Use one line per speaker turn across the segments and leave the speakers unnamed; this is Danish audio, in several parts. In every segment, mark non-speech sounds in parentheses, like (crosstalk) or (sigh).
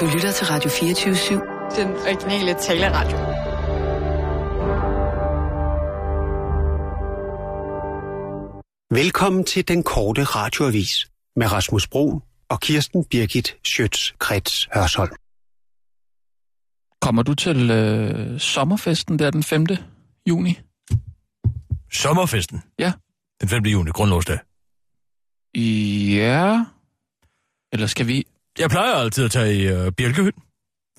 Du lytter til Radio 24 /7.
Den originale taleradio.
Velkommen til den korte radioavis med Rasmus Broen og Kirsten Birgit Schøtz-Krets Hørsholm.
Kommer du til øh, sommerfesten der den 5. juni?
Sommerfesten?
Ja.
Den 5. juni, grundlovsdag.
Ja. Eller skal vi...
Jeg plejer altid at tage i øh, Bjælkehytten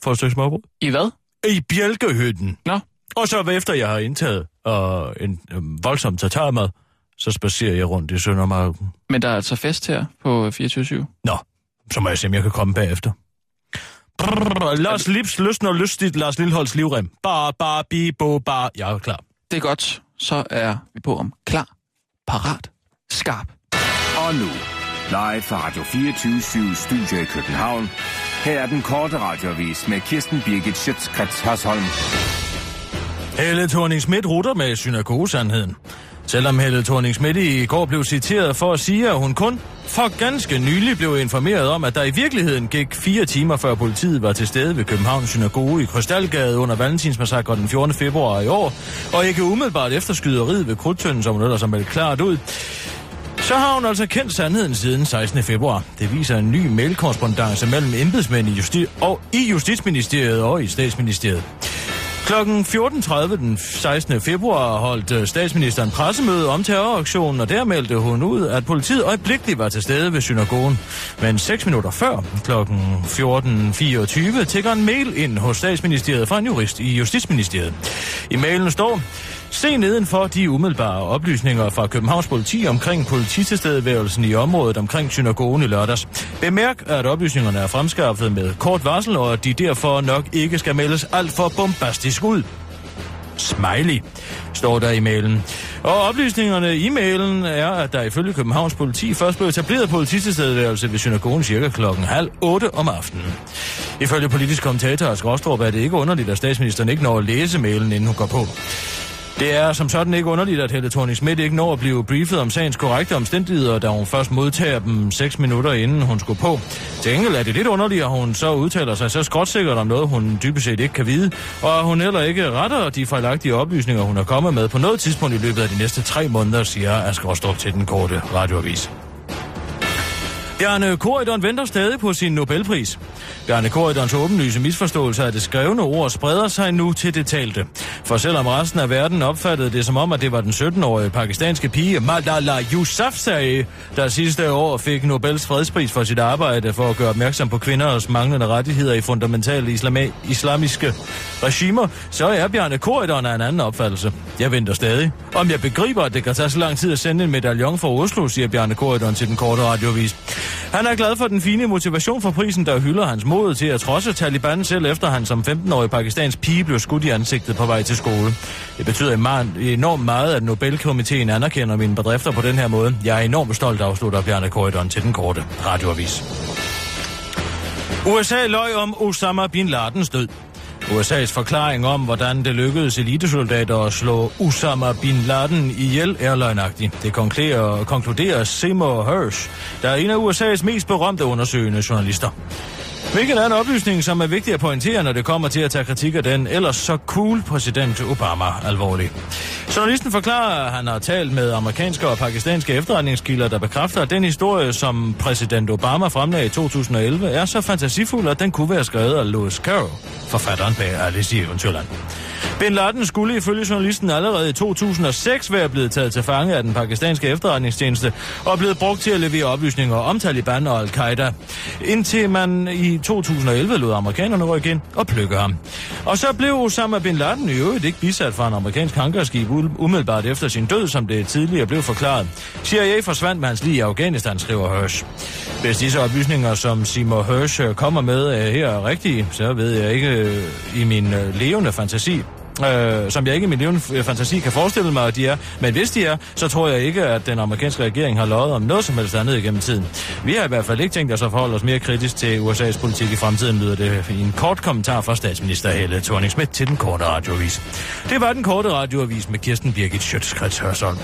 for et stykke smørbrød.
I hvad?
I Bjælkehytten.
Nå.
Og så efter jeg har indtaget øh, en øh, voldsom tatarmad, så spacerer jeg rundt i Søndermarken.
Men der er altså fest her på 24-7.
Nå, så må jeg se, om jeg kan komme bagefter. Brrr, Lars Lips, lysten og lystigt, Lars Lilleholds livrem. Bar, bar, bi, bo, bar. Jeg er klar.
Det er godt. Så er vi på om klar, parat, skarp.
Og nu, live fra Radio 24 Studio i København. Her er den korte radiovis med Kirsten Birgit Schøtzgrads Hasholm.
Helle thorning Schmidt rutter med synagogesandheden. Selvom Helle thorning Schmidt i går blev citeret for at sige, at hun kun for ganske nylig blev informeret om, at der i virkeligheden gik fire timer før politiet var til stede ved Københavns Synagoge i Krystalgade under Valentinsmassakren den 14. februar i år, og ikke umiddelbart efter skyderiet ved Krudtønden, som hun ellers har meldt klart ud, så har hun altså kendt sandheden siden 16. februar. Det viser en ny mailkorrespondance mellem embedsmænd i, justi- og i Justitsministeriet og i Statsministeriet. Klokken 14.30 den 16. februar holdt øh, statsministeren pressemøde om terroraktionen, og der meldte hun ud, at politiet øjeblikkeligt var til stede ved synagogen. Men 6 minutter før, klokken 14.24, tækker en mail ind hos statsministeriet fra en jurist i Justitsministeriet. I mailen står, se nedenfor de umiddelbare oplysninger fra Københavns politi omkring polititilstedeværelsen i området omkring synagogen i lørdags. Bemærk, at oplysningerne er fremskaffet med kort varsel, og at de derfor nok ikke skal meldes alt for bombastisk ud. Smiley, står der i mailen. Og oplysningerne i mailen er, at der ifølge Københavns politi først blev etableret polititilstedeværelse ved synagogen cirka klokken halv otte om aftenen. Ifølge politisk kommentator Ask Rostrup er det ikke underligt, at statsministeren ikke når at læse mailen, inden hun går på. Det er som sådan ikke underligt, at Helle thorning Schmidt ikke når at blive briefet om sagens korrekte omstændigheder, da hun først modtager dem 6 minutter inden hun skulle på. Til gengæld er det lidt underligt, at hun så udtaler sig så skråtsikkert om noget, hun dybest set ikke kan vide, og at hun heller ikke retter de fejlagtige oplysninger, hun er kommet med på noget tidspunkt i løbet af de næste tre måneder, siger Asger Rostrup til den korte radioavis. Bjarne Korydon venter stadig på sin Nobelpris. Bjarne Korydons åbenlyse misforståelse af det skrevne ord spreder sig nu til det talte. For selvom resten af verden opfattede det som om, at det var den 17-årige pakistanske pige Malala Yousafzai, der sidste år fik Nobels fredspris for sit arbejde for at gøre opmærksom på kvinders manglende rettigheder i fundamentale islama- islamiske regimer, så er Bjarne Korydon af en anden opfattelse. Jeg venter stadig. Om jeg begriber, at det kan tage så lang tid at sende en medaljon fra Oslo, siger Bjarne Korydon til den korte radiovis. Han er glad for den fine motivation for prisen, der hylder hans mod til at trodse Taliban selv efter han som 15-årig pakistansk pige blev skudt i ansigtet på vej til skole. Det betyder eman- enormt meget, at Nobelkomiteen anerkender mine bedrifter på den her måde. Jeg er enormt stolt, afslutter Bjarne Korydon til den korte radioavis. USA løg om Osama Bin Ladens død. USA's forklaring om, hvordan det lykkedes elitesoldater at slå Osama Bin Laden ihjel, er løgnagtig. Det konkluderer, konkluderer Seymour Hersh, der er en af USA's mest berømte undersøgende journalister. Hvilket er en oplysning, som er vigtig at pointere, når det kommer til at tage kritik af den ellers så cool præsident Obama alvorligt. Journalisten forklarer, at han har talt med amerikanske og pakistanske efterretningskilder, der bekræfter, at den historie, som præsident Obama fremlagde i 2011, er så fantasifuld, at den kunne være skrevet af Lewis Carroll, forfatteren bag Alice i Eventyrland. Bin Laden skulle ifølge journalisten allerede i 2006 være blevet taget til fange af den pakistanske efterretningstjeneste og blevet brugt til at levere oplysninger om Taliban og al-Qaida, indtil man i 2011 lod amerikanerne rykke ind og plukke ham. Og så blev Osama Bin Laden i øvrigt ikke bisat fra en amerikansk hangarskib u- umiddelbart efter sin død, som det tidligere blev forklaret. CIA forsvandt med hans lige i Afghanistan, skriver Hirsch. Hvis disse oplysninger, som Seymour Hirsch øh, kommer med øh, her er rigtige, så ved jeg ikke øh, i min øh, levende fantasi, øh, som jeg ikke i min levende f- fantasi kan forestille mig, at de er. Men hvis de er, så tror jeg ikke, at den amerikanske regering har løjet om noget som helst andet igennem tiden. Vi har i hvert fald ikke tænkt os at forholde os mere kritisk til USA's politik i fremtiden, lyder det i en kort kommentar fra statsminister Helle thorning Schmidt til den korte radioavis. Det var den korte radioavis med Kirsten Birgit Schøtzgrads Hørsholm.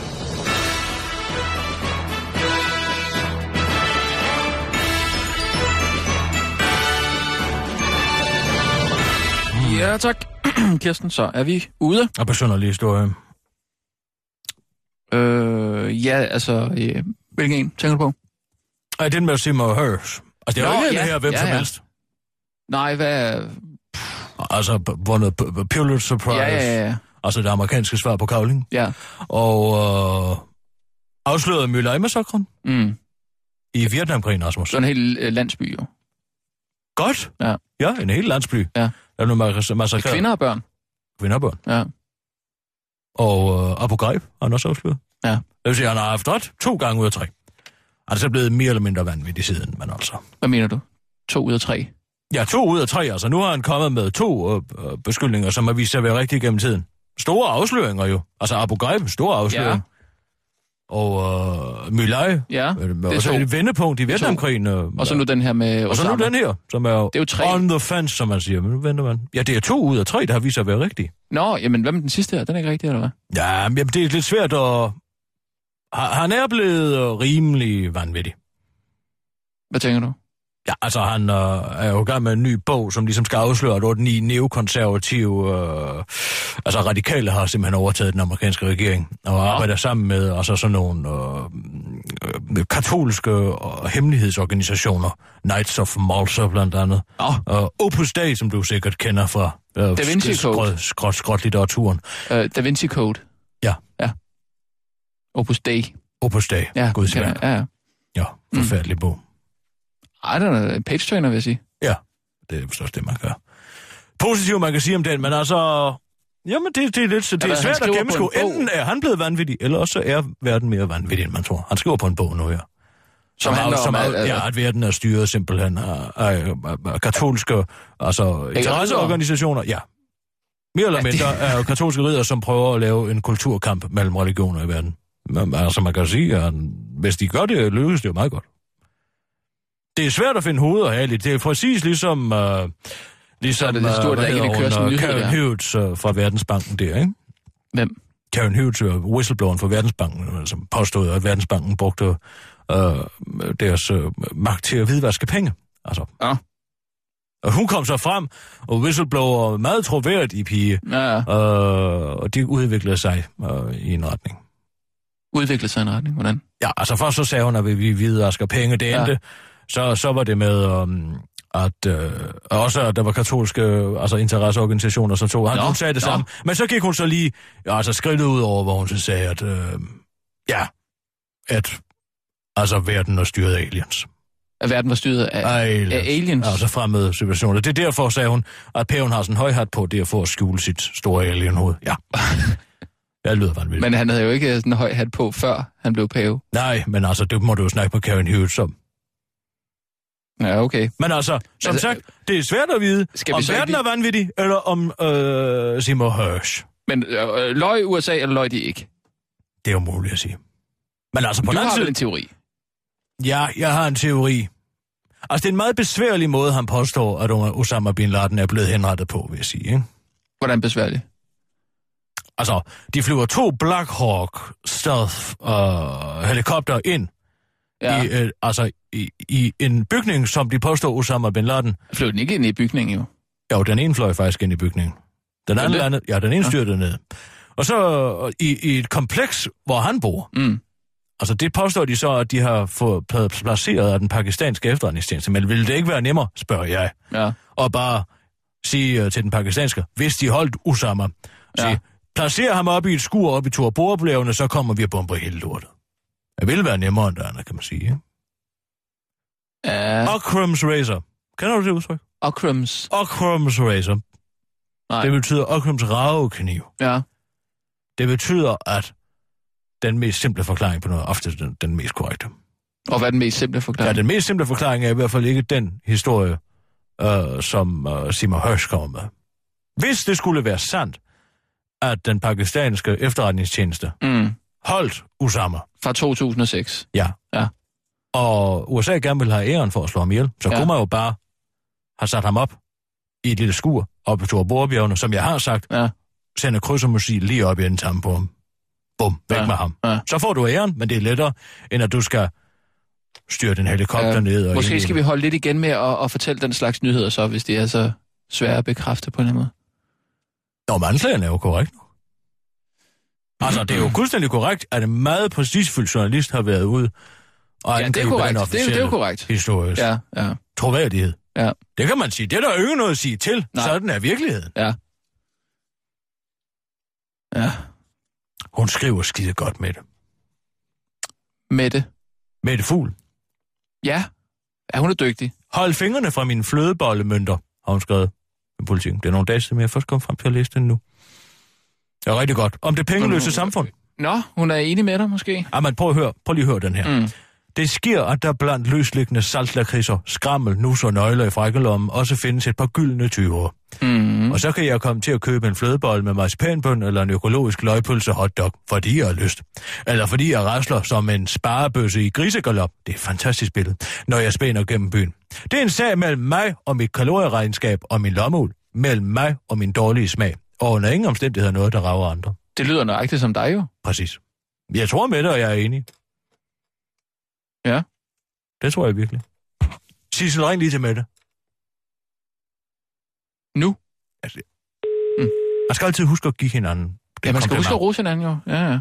Ja, tak. (clears throat) Kirsten, så er vi ude.
Og personlig historie.
Øh, ja, altså, øh, hvilken en tænker du på?
Ej, den med Simmer Hers. Altså, det er jo
Nå,
ikke ja,
ja,
her hvem ja,
ja,
som
ja.
helst.
Nej, hvad... er-
Altså, b- vundet p- p- Pulitzer Prize.
Ja, ja, ja.
Altså, det amerikanske svar på kavling.
ja.
Og øh, afslørede Mølleheimersakren
Mm.
i Vietnamkrigen, Rasmus.
Sådan en hel øh, landsby, jo.
Godt.
Ja.
Ja, en hel landsby.
Ja.
Der er nu mas-
Med
massakreret
kvinder og børn.
kvinderbørn.
Ja.
Og øh, Abu Ghraib har han også afsløret.
Ja.
Det vil sige, han har haft ret to gange ud af tre. Han er så blevet mere eller mindre vanvittig siden, men altså...
Hvad mener du? To ud af tre.
Ja, to ud af tre, altså. Nu har han kommet med to øh, øh, beskyldninger, som har vist sig at være rigtige gennem tiden. Store afsløringer jo. Altså Abu Ghraib, store afsløring. Ja. Og øh, Mylaj,
Ja,
øh,
det er
også
to.
et vendepunkt i
er to.
Vietnamkrigen. Øh,
Og så nu den her med
og så nu
Osama.
den her, som er, det
er jo tre.
on the fence, som man siger. Men nu venter man. Ja, det er to ud af tre, der har vist sig at være rigtige.
Nå, jamen hvad med den sidste her? Den er ikke rigtig, eller hvad?
Ja, men jamen, det er lidt svært at... Ha- Han er blevet øh, rimelig vanvittig.
Hvad tænker du?
Ja, altså han øh, er jo i gang med en ny bog, som ligesom skal afsløre, at 8-9 neokonservative, øh, altså radikale har simpelthen overtaget den amerikanske regering, og arbejder sammen med altså sådan nogle øh, øh, katolske og hemmelighedsorganisationer, Knights of Malta blandt andet,
Nå,
og Opus Dei, som du sikkert kender fra øh,
Da Vinci
sk-
Code.
skråt- skråt- skråt-litteraturen.
øh, Da Vinci Code.
Ja.
Ja. Opus Dei.
Opus Dei,
Ja,
Guds
kender
værk.
jeg. Mm. Ja, ja.
Ja, forfærdelig bog.
Ej, den er en page turner, vil jeg sige.
Ja, det er forstås det, man gør. Positivt, man kan sige om den, men altså... Jamen, det, det er lidt... Det
hvad,
er
han
svært
skriver på
at gennemskue.
en bog?
Enten er han blevet vanvittig, eller også så er verden mere vanvittig, end man tror. Han skriver på en bog nu, ja. Som,
handler
af-
om
som
alt,
alt,
altså.
ja, at verden er styret simpelthen af, af, af, af katolske altså, interesseorganisationer. Ja. Mere eller mindre er jo katolske ridder, som prøver at lave en kulturkamp mellem religioner i verden. Men, altså, man kan sige, at hvis de gør det, lykkes det jo meget godt. Det er svært at finde hoveder her, det er præcis ligesom... Øh,
er
ligesom
det det store,
øh,
der
hvad
ikke
hedder
kan køre sådan en
hun, øh,
nyhed
Karen
der.
Hughes øh, fra Verdensbanken der, ikke?
Hvem?
Karen Hughes, øh, whistlebloweren fra Verdensbanken, øh, som påstod, at Verdensbanken brugte øh, deres øh, magt til at hvidvaske penge. Altså.
Ja.
Og hun kom så frem, og whistleblower meget troværdigt i pige,
Ja, ja.
øh, og det udviklede sig øh, i en retning.
Udvikler sig i en retning. Hvordan?
Ja, altså først så sagde hun, at vi- vi hvidvasker penge, det
Ja.
endte. Så, så var det med, um, at øh, også at der var katolske altså interesseorganisationer, som tog. Han,
Nå,
hun sagde det
nå.
samme. Men så gik hun så lige ja, altså skridtet ud over, hvor hun så sagde, at øh, ja, at altså verden er styret af aliens.
At verden var styret af...
Af aliens.
af aliens.
Altså fremmede civilisationer. Det er derfor, sagde hun, at paven har sådan en højhat på, det er for at skjule sit store alienhoved.
(laughs)
Ja. Jeg lyder vanvittigt.
Men han havde jo ikke øh, sådan en høj hat på, før han blev pave.
Nej, men altså, det må du jo snakke med Karen Hughes om.
Ja, okay.
Men altså, som
Altså,
altså, sagt, det er svært at vide,
Skal vi
om
så ikke
verden er vanvittig, eller om øh, Seymour Hersh.
Men øh, løg USA, eller løg de ikke?
Det er umuligt at sige. Men altså,
Du
på den anden
har vel
side...
en teori?
Ja, jeg har en teori. Altså, det er en meget besværlig måde, han påstår, at Osama Bin Laden er blevet henrettet på, vil jeg sige. Ikke?
Hvordan besværligt?
Altså, de flyver to Black Hawk stealth øh, helikopter ind ja. i, øh, altså, i, i en bygning, som de påstår Osama Bin Laden
Flød den ikke ind i bygningen, jo.
Jo, den ene fløj faktisk ind i bygningen. Den anden
det?
landede, ja, den ene styrtede ned. Og så øh, i, i et kompleks, hvor han bor.
Mm.
Altså det påstår de så, at de har fået pla- placeret af den pakistanske efterretningstjeneste. Men ville det ikke være nemmere, spørger jeg,
Ja.
og bare sige øh, til den pakistanske, hvis de holdt Osama,
Ja.
sige, placer ham op i et skur op i Torborblevene, så kommer vi og bomber hele lortet. Det ville være nemmere end det andet, kan man sige. ikke?
Ja.
Occam's Razor. Kender du det udtryk?
Ockrams.
Occam's Razor.
Nej.
Det betyder Occam's ragekniv.
Ja.
Det betyder, at den mest simple forklaring på noget er ofte den, den mest korrekte.
Og hvad er den mest simple
Ja.
forklaring?
ja, den mest simple forklaring er i hvert fald ikke den historie, øh, som øh, Simon Hirsch kommer med. Hvis det skulle være sandt, at den pakistanske efterretningstjeneste
Mm.
holdt Osama,
Fra 2006.
ja,
Ja.
og USA gerne ville have æren for at slå ham ihjel, så
Ja.
ja. kunne man jo bare have sat ham op i et lille skur oppe på Torborbjergene, som jeg har sagt,
Ja.
sende kryds og musik lige op i en tam på ham. Bum, væk
Ja,
ja. med ham.
ja.
Så får du æren, men det er lettere, end at du skal styre den helikopter
Ja,
ja. ned. Og
Måske
ind i
skal vi holde lidt igen med at, at fortælle den slags nyheder så, hvis det er så svært at bekræfte på en eller anden måde.
Nå, men anklagen er jo korrekt. Altså, det er jo fuldstændig korrekt, at en meget præcisfyldt journalist har været ude og
Ja, det er
angribe den
korrekt. Det, er-
officielle
det er jo korrekt.
historisk
Ja, ja,
troværdighed.
ja.
Det kan man sige. Det er der jo ikke noget at sige til.
Nej.
Sådan er virkeligheden.
ja.
Hun skriver skide godt med det.
Mette.
Med det fugl.
Ja. ja, hun er dygtig.
Hold fingrene fra mine flødebollemønter, har hun skrevet i politikken. Det er nogle dage siden, men jeg er først kom frem til at læse den nu. Det er rigtig godt. Om det
Mm.
pengeløse samfund.
Nå, hun er enig med dig måske?
Ah, man, prøv at høre. Prøv lige at høre den her.
Mm.
Det sker, at der blandt løsliggende saltlakridser, skrammel, nus og nøgler i frækkelommen også findes et par gyldne tyver.
Mm.
Og så kan jeg komme til at købe en flødebolle med marcipanbøn eller en økologisk løgpølse hotdog, fordi jeg har lyst. Eller fordi jeg rasler som en sparebøsse i grisegalop. Det er et fantastisk billede, når jeg spænder gennem byen. Det er en sag mellem mig og mit kalorieregnskab og min lommeul. Mellem mig og min dårlige smag. Og under ingen omstændigheder noget, der rager andre.
Det lyder nøjagtigt som dig jo.
Præcis. Jeg tror med det, og jeg er enig.
Ja.
Det tror jeg virkelig. Sissel, ring lige til Mette.
Nu.
Man skal altid huske at give hinanden. Det
Ja, man skal
kompliment.
huske at rose hinanden jo. Ja, ja.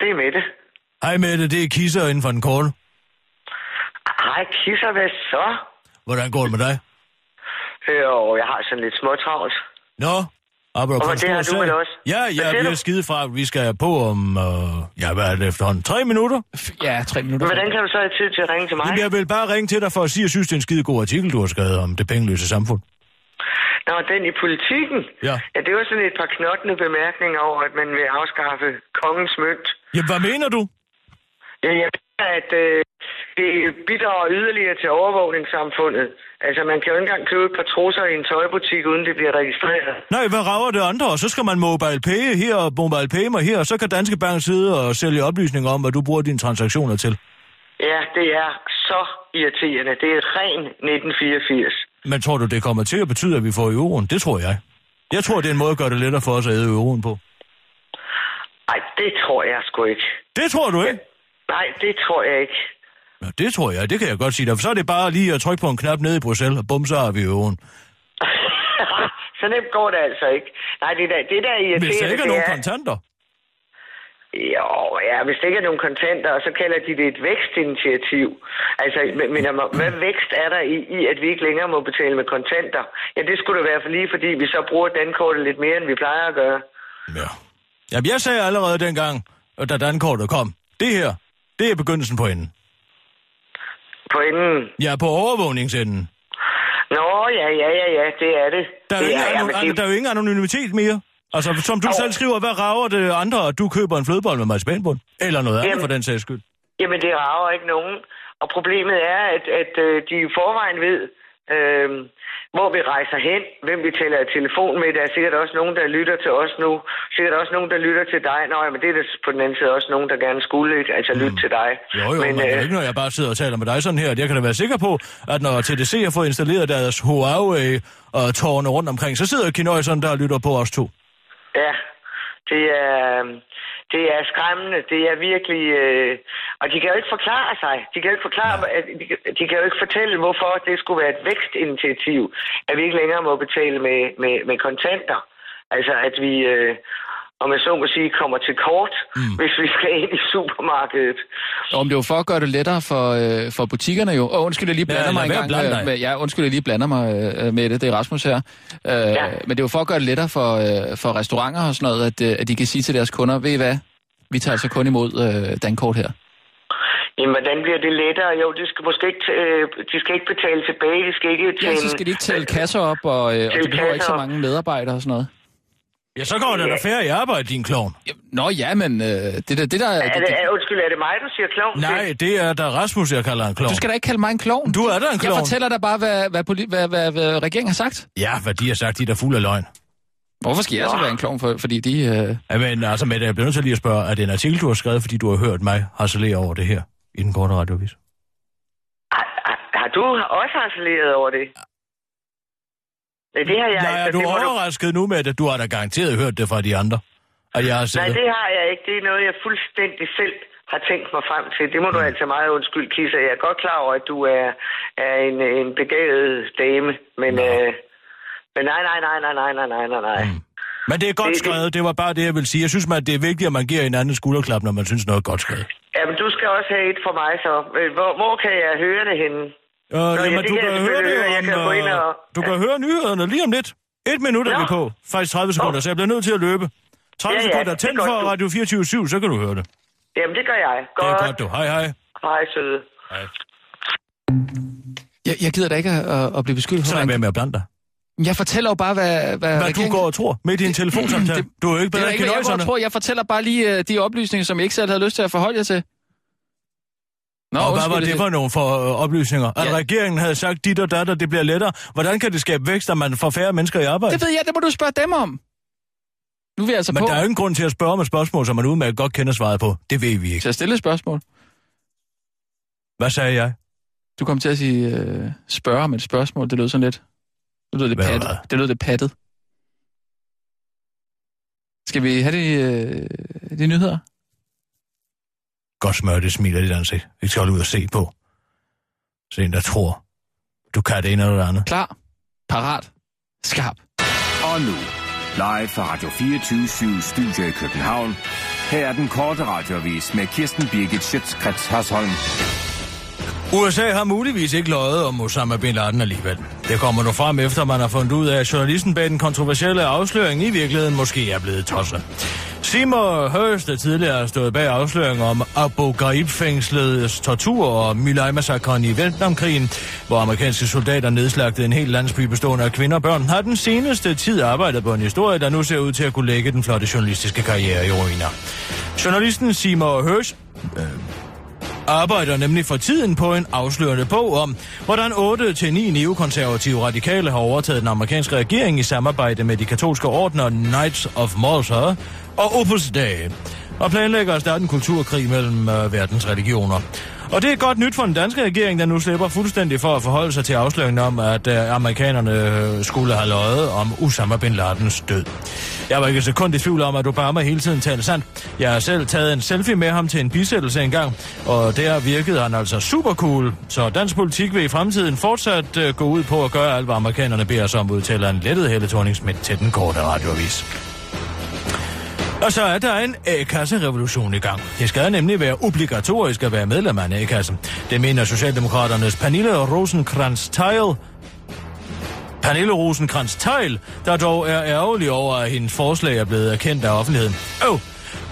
Det er Mette.
Hej Mette, det er Kisser inden for den korte.
Hej, kisser, hvad så?
Hvordan går det med dig?
Jo, jeg har sådan lidt småtravlt.
Nå, arbejder på
Og
en
det
stor
har du
sag.
vel også?
Ja,
Hvad
ja,
siger
vi
du?
er skide fra, vi skal på om, øh, ja, hvad er det efterhånden, tre minutter?
F- Ja, tre minutter.
Hvordan kan du så have tid til at ringe til mig?
Jamen, jeg vil bare ringe til dig for at sige, at jeg synes, det er en skide god artikel, du har skrevet om det pengeløse samfund.
Nå, den i politikken.
Ja.
ja. det var sådan et par knottende bemærkninger over, at man vil afskaffe kongens mønt.
Jamen, hvad mener du?
Ja, jeg mener, at øh, det bidrager yderligere til overvågningssamfundet. Altså, man kan jo ikke engang købe et par trusser i en tøjbutik, uden det bliver registreret.
Nej, hvad rager det andre? Og så skal man mobile pay her og mobile pay mig her, og så kan Danske Bank sidde og sælge oplysninger om, hvad du bruger dine transaktioner til.
Ja, det er så irriterende. Det er ren 1984.
Men tror du, det kommer til at betyde, at vi får euroen? Det tror jeg. Jeg tror, det er en måde at gøre det lettere for os at æde euroen på.
Ej, det tror jeg sgu ikke.
Det tror du ikke?
Nej, det tror jeg ikke.
Ja, det tror jeg. Det kan jeg godt sige dig. For så er det bare lige at trykke på en knap nede i Bruxelles, og bum, så har vi euroen.
(laughs) så nemt går det altså ikke. Nej, det der, det der er irriterende,
Hvis der ikke er
det
nogen
er...
kontanter.
Jo, ja, hvis der ikke er nogen kontanter, og så kalder de det et vækstinitiativ. Altså, men, men om- hvad vækst er der i, i, at vi ikke længere må betale med kontanter? Ja, det skulle da være for lige, fordi vi så bruger dankortet lidt mere, end vi plejer at gøre.
Ja. Jamen, jeg sagde allerede dengang, at da dankortet kom. Det her, det er begyndelsen på enden.
På enden.
Ja, på overvågningsenden.
Nå, ja, ja, ja, ja, det er det.
Der er, jo
det
ingen,
ja,
anony-
men
der er jo ingen anonymitet mere. Altså, som du
Au.
selv skriver, hvad rager det andre, at du køber en flødebold med marcipanbund? Eller noget andet
Jamen.
for den sags skyld.
Jamen, det rager ikke nogen. Og problemet er, at, at øh, de i forvejen ved, øh, hvor vi rejser hen, hvem vi taler i telefon med. Der er sikkert også nogen, der lytter til os nu. Sikkert også nogen, der lytter til dig. Nå, ja, men det er der på den anden side også nogen, der gerne skulle ikke? altså lytte til dig.
Mm.
øh,
Jo, jo, men, men det er jo ikke, når jeg bare sidder og taler med dig sådan her, at jeg kan da være sikker på, at når TDC har fået installeret deres Huawei og tårne rundt omkring, så sidder Kinøjseren der og lytter på os to.
Ja, det er, det er skræmmende. Det er virkelig... Øh, og de kan jo ikke forklare sig. De kan jo ikke, forklare, at, de, kan- de kan jo ikke fortælle, hvorfor det skulle være et vækstinitiativ, at vi ikke længere må betale med, med, med kontanter. Altså, at vi, øh, om jeg så må sige, kommer til kort, mm. hvis vi skal ind i supermarkedet.
Om det er jo for at gøre det lettere for, øh, for butikkerne jo. Og undskyld, jeg lige
Ja,
blander
lad
mig en
være
gang.
at blande
øh,
dig.
med, ja, undskyld, jeg lige blander mig øh, med det. Det er Rasmus her. Øh, ja. Men det er jo for at gøre det lettere for, øh, for restauranter og sådan noget, at, øh, at de kan sige til deres kunder, ved I hvad, vi tager altså kun imod øh, dankort her.
Jamen, hvordan bliver det lettere? Jo, de skal måske ikke, øh, de skal ikke betale tilbage. De skal ikke
Ja,
til
så skal de ikke tælle kasser op, og, øh, og de
Tælle
behøver ikke så
kasser op.
mange medarbejdere og sådan noget.
Ja, så går der da færre i arbejde, din klovn.
Jamen, Nå ja, men øh, det, der, det der... Er
Er
det,
det, er, undskyld, er det mig, du siger klovn?
Nej, det er da Rasmus, jeg kalder en klovn.
du skal da ikke kalde mig en klovn.
Du er da en
Jeg
klovn.
fortæller dig bare, hvad, hvad, poli- hvad, hvad, hvad regeringen har sagt.
Ja, hvad de har sagt, de er da fuld af løgn.
Hvorfor skal jeg så være en klovn? For, fordi de... Øh,
Ja, men altså, Mette, jeg bliver nødt til lige at spørge, er det en artikel, du har skrevet, fordi du har hørt mig harcelere over det her i den korte radiovis?
Har, har, har du også harceleret over det? Nej, det har jeg
Nej, er
ikke.
du
altså, Det må
overrasket nu, Mette? Du har da garanteret hørt det fra de andre. Og jeg har
Nej,
siddet...
det har jeg ikke. Det er noget, jeg fuldstændig selv har tænkt mig frem til. Det må
Mm.
du altså meget undskylde, Kisser. Jeg er godt klar over, at du er, er en, en begavet dame, men... Øh, Men nej, nej, nej, nej, nej, nej, nej, nej, nej. Mm.
Men det er godt
Det- det-
skrevet, det var bare det, jeg ville sige. Jeg synes, man, det er vigtigt, at man giver hinanden en skulderklap, når man synes noget er godt skrevet. Øh,
Jamen, du skal også have et for mig, så. Øh, Hvor, hvor kan jeg høre det henne?
Øh, Nå,
ja,
jamen,
det
du
kan
kan,
jeg
høre
selvfølgelig
det
høre. Jeg kan
om,
gå ind
øh,
og-
Du kan høre nyhederne lige om lidt. Et minut er
Nå.
vi på. Faktisk 30 sekunder,
Nå.
så jeg bliver nødt til at løbe. 30
Ja, ja,
sekunder.
det er
Tænd
godt,
for
du.
Radio 24 så kan du høre det.
Jamen, det gør jeg.
Det
Godt.
er godt, du. Hej, hej.
Hej, søde.
Jeg, jeg gider da ikke at, at- at blive beskyldt
Så
for
er jeg med
det.
med at blande dig.
Jeg fortæller jo bare, hvad, hvad,
Hvad du går og tror med din telefonsamtale.
Det-
Du er jo ikke
Det er
bedre
da
end
ikke, hvad jeg går og
genøjserne.
tror. Jeg fortæller bare lige øh, de oplysninger, som jeg ikke selv havde lyst til at forholde jer til. Nå,
Og hvad
undskyld,
var det for nogle for øh, oplysninger? At
Ja.
regeringen havde sagt dit og datter, det bliver lettere. Hvordan kan det skabe vækst, at man får færre mennesker i arbejde?
Det ved jeg, det må du spørge dem om. Nu er vi altså
Men
på
der er jo ingen grund til at spørge om et spørgsmål, som man udmærket godt kender svaret på. Det ved vi ikke.
til at stille et spørgsmål.
Hvad sagde jeg?
Du kom til at sige, øh, spørge om et spørgsmål. Det lød sådan lidt... Det lød lidt
Hvad?
pattet. Det lød lidt pattet. Skal vi have de, øh, de nyheder?
Godt smør det smil af dit ansigt. Ikke skal holde ud og se på. Se en, der tror. Du kan det ene eller det andet.
Klar, parat, skarp.
Og nu, live fra Radio 24 Studio i København. Her er den korte radiovis med Kirsten Birgit Schøtzgrads Hasholm.
USA har muligvis ikke løjet om Osama Bin Laden alligevel. Det kommer nu frem efter, man har fundet ud af, at journalisten bag den kontroversielle afsløring i virkeligheden måske er blevet tosset. Seymour Hearst, der tidligere har stået bag afsløringen om Abu Ghraib-fængsledes tortur og Milay-massakren i Vietnamkrigen, hvor amerikanske soldater nedslagtede en hel landsby bestående af kvinder og børn, har den seneste tid arbejdet på en historie, der nu ser ud til at kunne lægge den flotte journalistiske karriere i ruiner. Journalisten Seymour Hearst arbejder nemlig for tiden på en afslørende bog om, hvordan 8-9 neokonservative radikale har overtaget den amerikanske regering i samarbejde med de katolske ordner Knights of Malta og Opus Dei, og planlægger at starte en kulturkrig mellem øh, verdens religioner. Og det er godt nyt for den danske regering, der nu slipper fuldstændig for at forholde sig til afsløringen om, at øh, amerikanerne øh, skulle have løjet om Osama Bin Ladens død. Jeg var ikke et sekund i tvivl om, at Obama hele tiden talte sandt. Jeg har selv taget en selfie med ham til en bisættelse engang, og der virkede han altså super cool. Så dansk politik vil i fremtiden fortsat øh, gå ud på at gøre alt, hvad amerikanerne beder os om, udtaler en lettet Helle Thorning til den korte radioavis. Og så er der en A-kasse-revolution i gang. Det skal nemlig være obligatorisk at være medlem af en A-kasse. Det mener Socialdemokraternes Pernille rosenkrantz teil Pernille rosenkrantz teil der dog er ærgerlig over, at hendes forslag er blevet erkendt af offentligheden. Øv! Oh,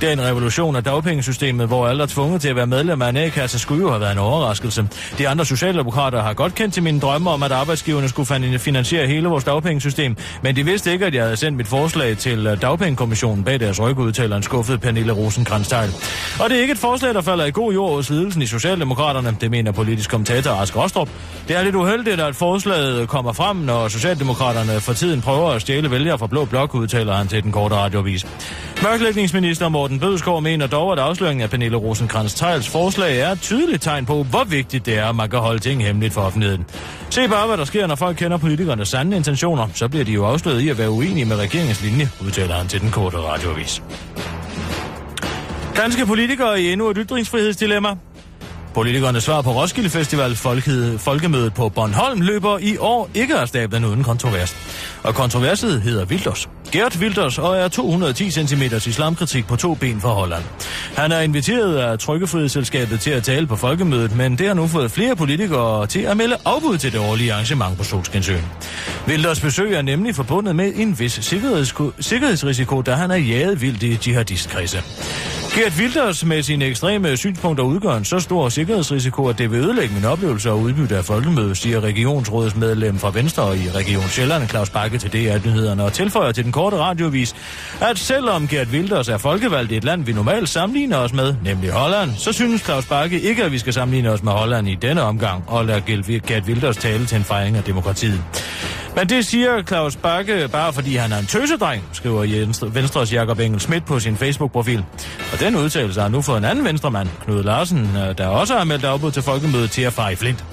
det er en revolution af dagpengesystemet, hvor alle er tvunget til at være medlem af en A-kasse, skulle jo have været en overraskelse. De andre socialdemokrater har godt kendt til mine drømme om, at arbejdsgiverne skulle fin- finansiere hele vores dagpengesystem, men de vidste ikke, at jeg havde sendt mit forslag til øh, dagpengekommissionen bag deres rygudtaler en skuffet Pernille rosenkrantz teil Og det er ikke et forslag, der falder i god jord hos ledelsen i Socialdemokraterne, det mener politisk kommentator Ask Rostrup. Det er lidt uheldigt, at forslaget kommer frem, når Socialdemokraterne for tiden prøver at stjæle vælgere fra Blå Blok, udtaler han til den korte radiovis. Mørklægningsminister Morten Bødskov mener dog, at afsløringen af Pernille rosenkrantz teils forslag er et tydeligt tegn på, hvor vigtigt det er, at man kan holde ting hemmeligt for offentligheden. Se bare, hvad der sker, når folk kender politikernes sande intentioner. Så bliver de jo afsløret i at være uenige med regeringens linje, udtaler han til den korte radiovis. Danske politikere i endnu et ytringsfrihedsdilemma. Politikernes svar på Roskilde Festival Folket, Folkemødet på Bornholm løber i år ikke af stablen uden kontrovers. Og kontroverset hedder Wilders. Gert Wilders og er 210 cm islamkritik på to ben fra Holland. Han er inviteret af Trykkefrihedsselskabet til at tale på Folkemødet, men det har nu fået flere politikere til at melde afbud til det årlige arrangement på Solskensøen. Wilders besøg er nemlig forbundet med en vis sikkerhedsku- sikkerhedsrisiko, da han er jaget vildt i jihadistkredse. Gert Wilders med sine ekstreme synspunkter udgør en så stor sikkerhedsrisiko, at det vil ødelægge min oplevelse og udbytte af folkemødet, siger regionsrådsmedlem fra Venstre i Region Sjælland, Claus Bakke til DR-nyhederne, og tilføjer til den korte radiovis, at selvom Gert Wilders er folkevalgt i et land, vi normalt sammenligner os med, nemlig Holland, så synes Claus Bakke ikke, at vi skal sammenligne os med Holland i denne omgang, og lader Gert Wilders tale til en fejring af demokratiet. Men det siger Claus Bakke bare fordi han er en tøsedreng, skriver Jens- Venstres Jakob Engel Schmidt på sin Facebook-profil. Og den udtalelse har nu fået en anden venstremand, Knud Larsen, øh, der også har meldt afbud til folkemødet til at fare i flint.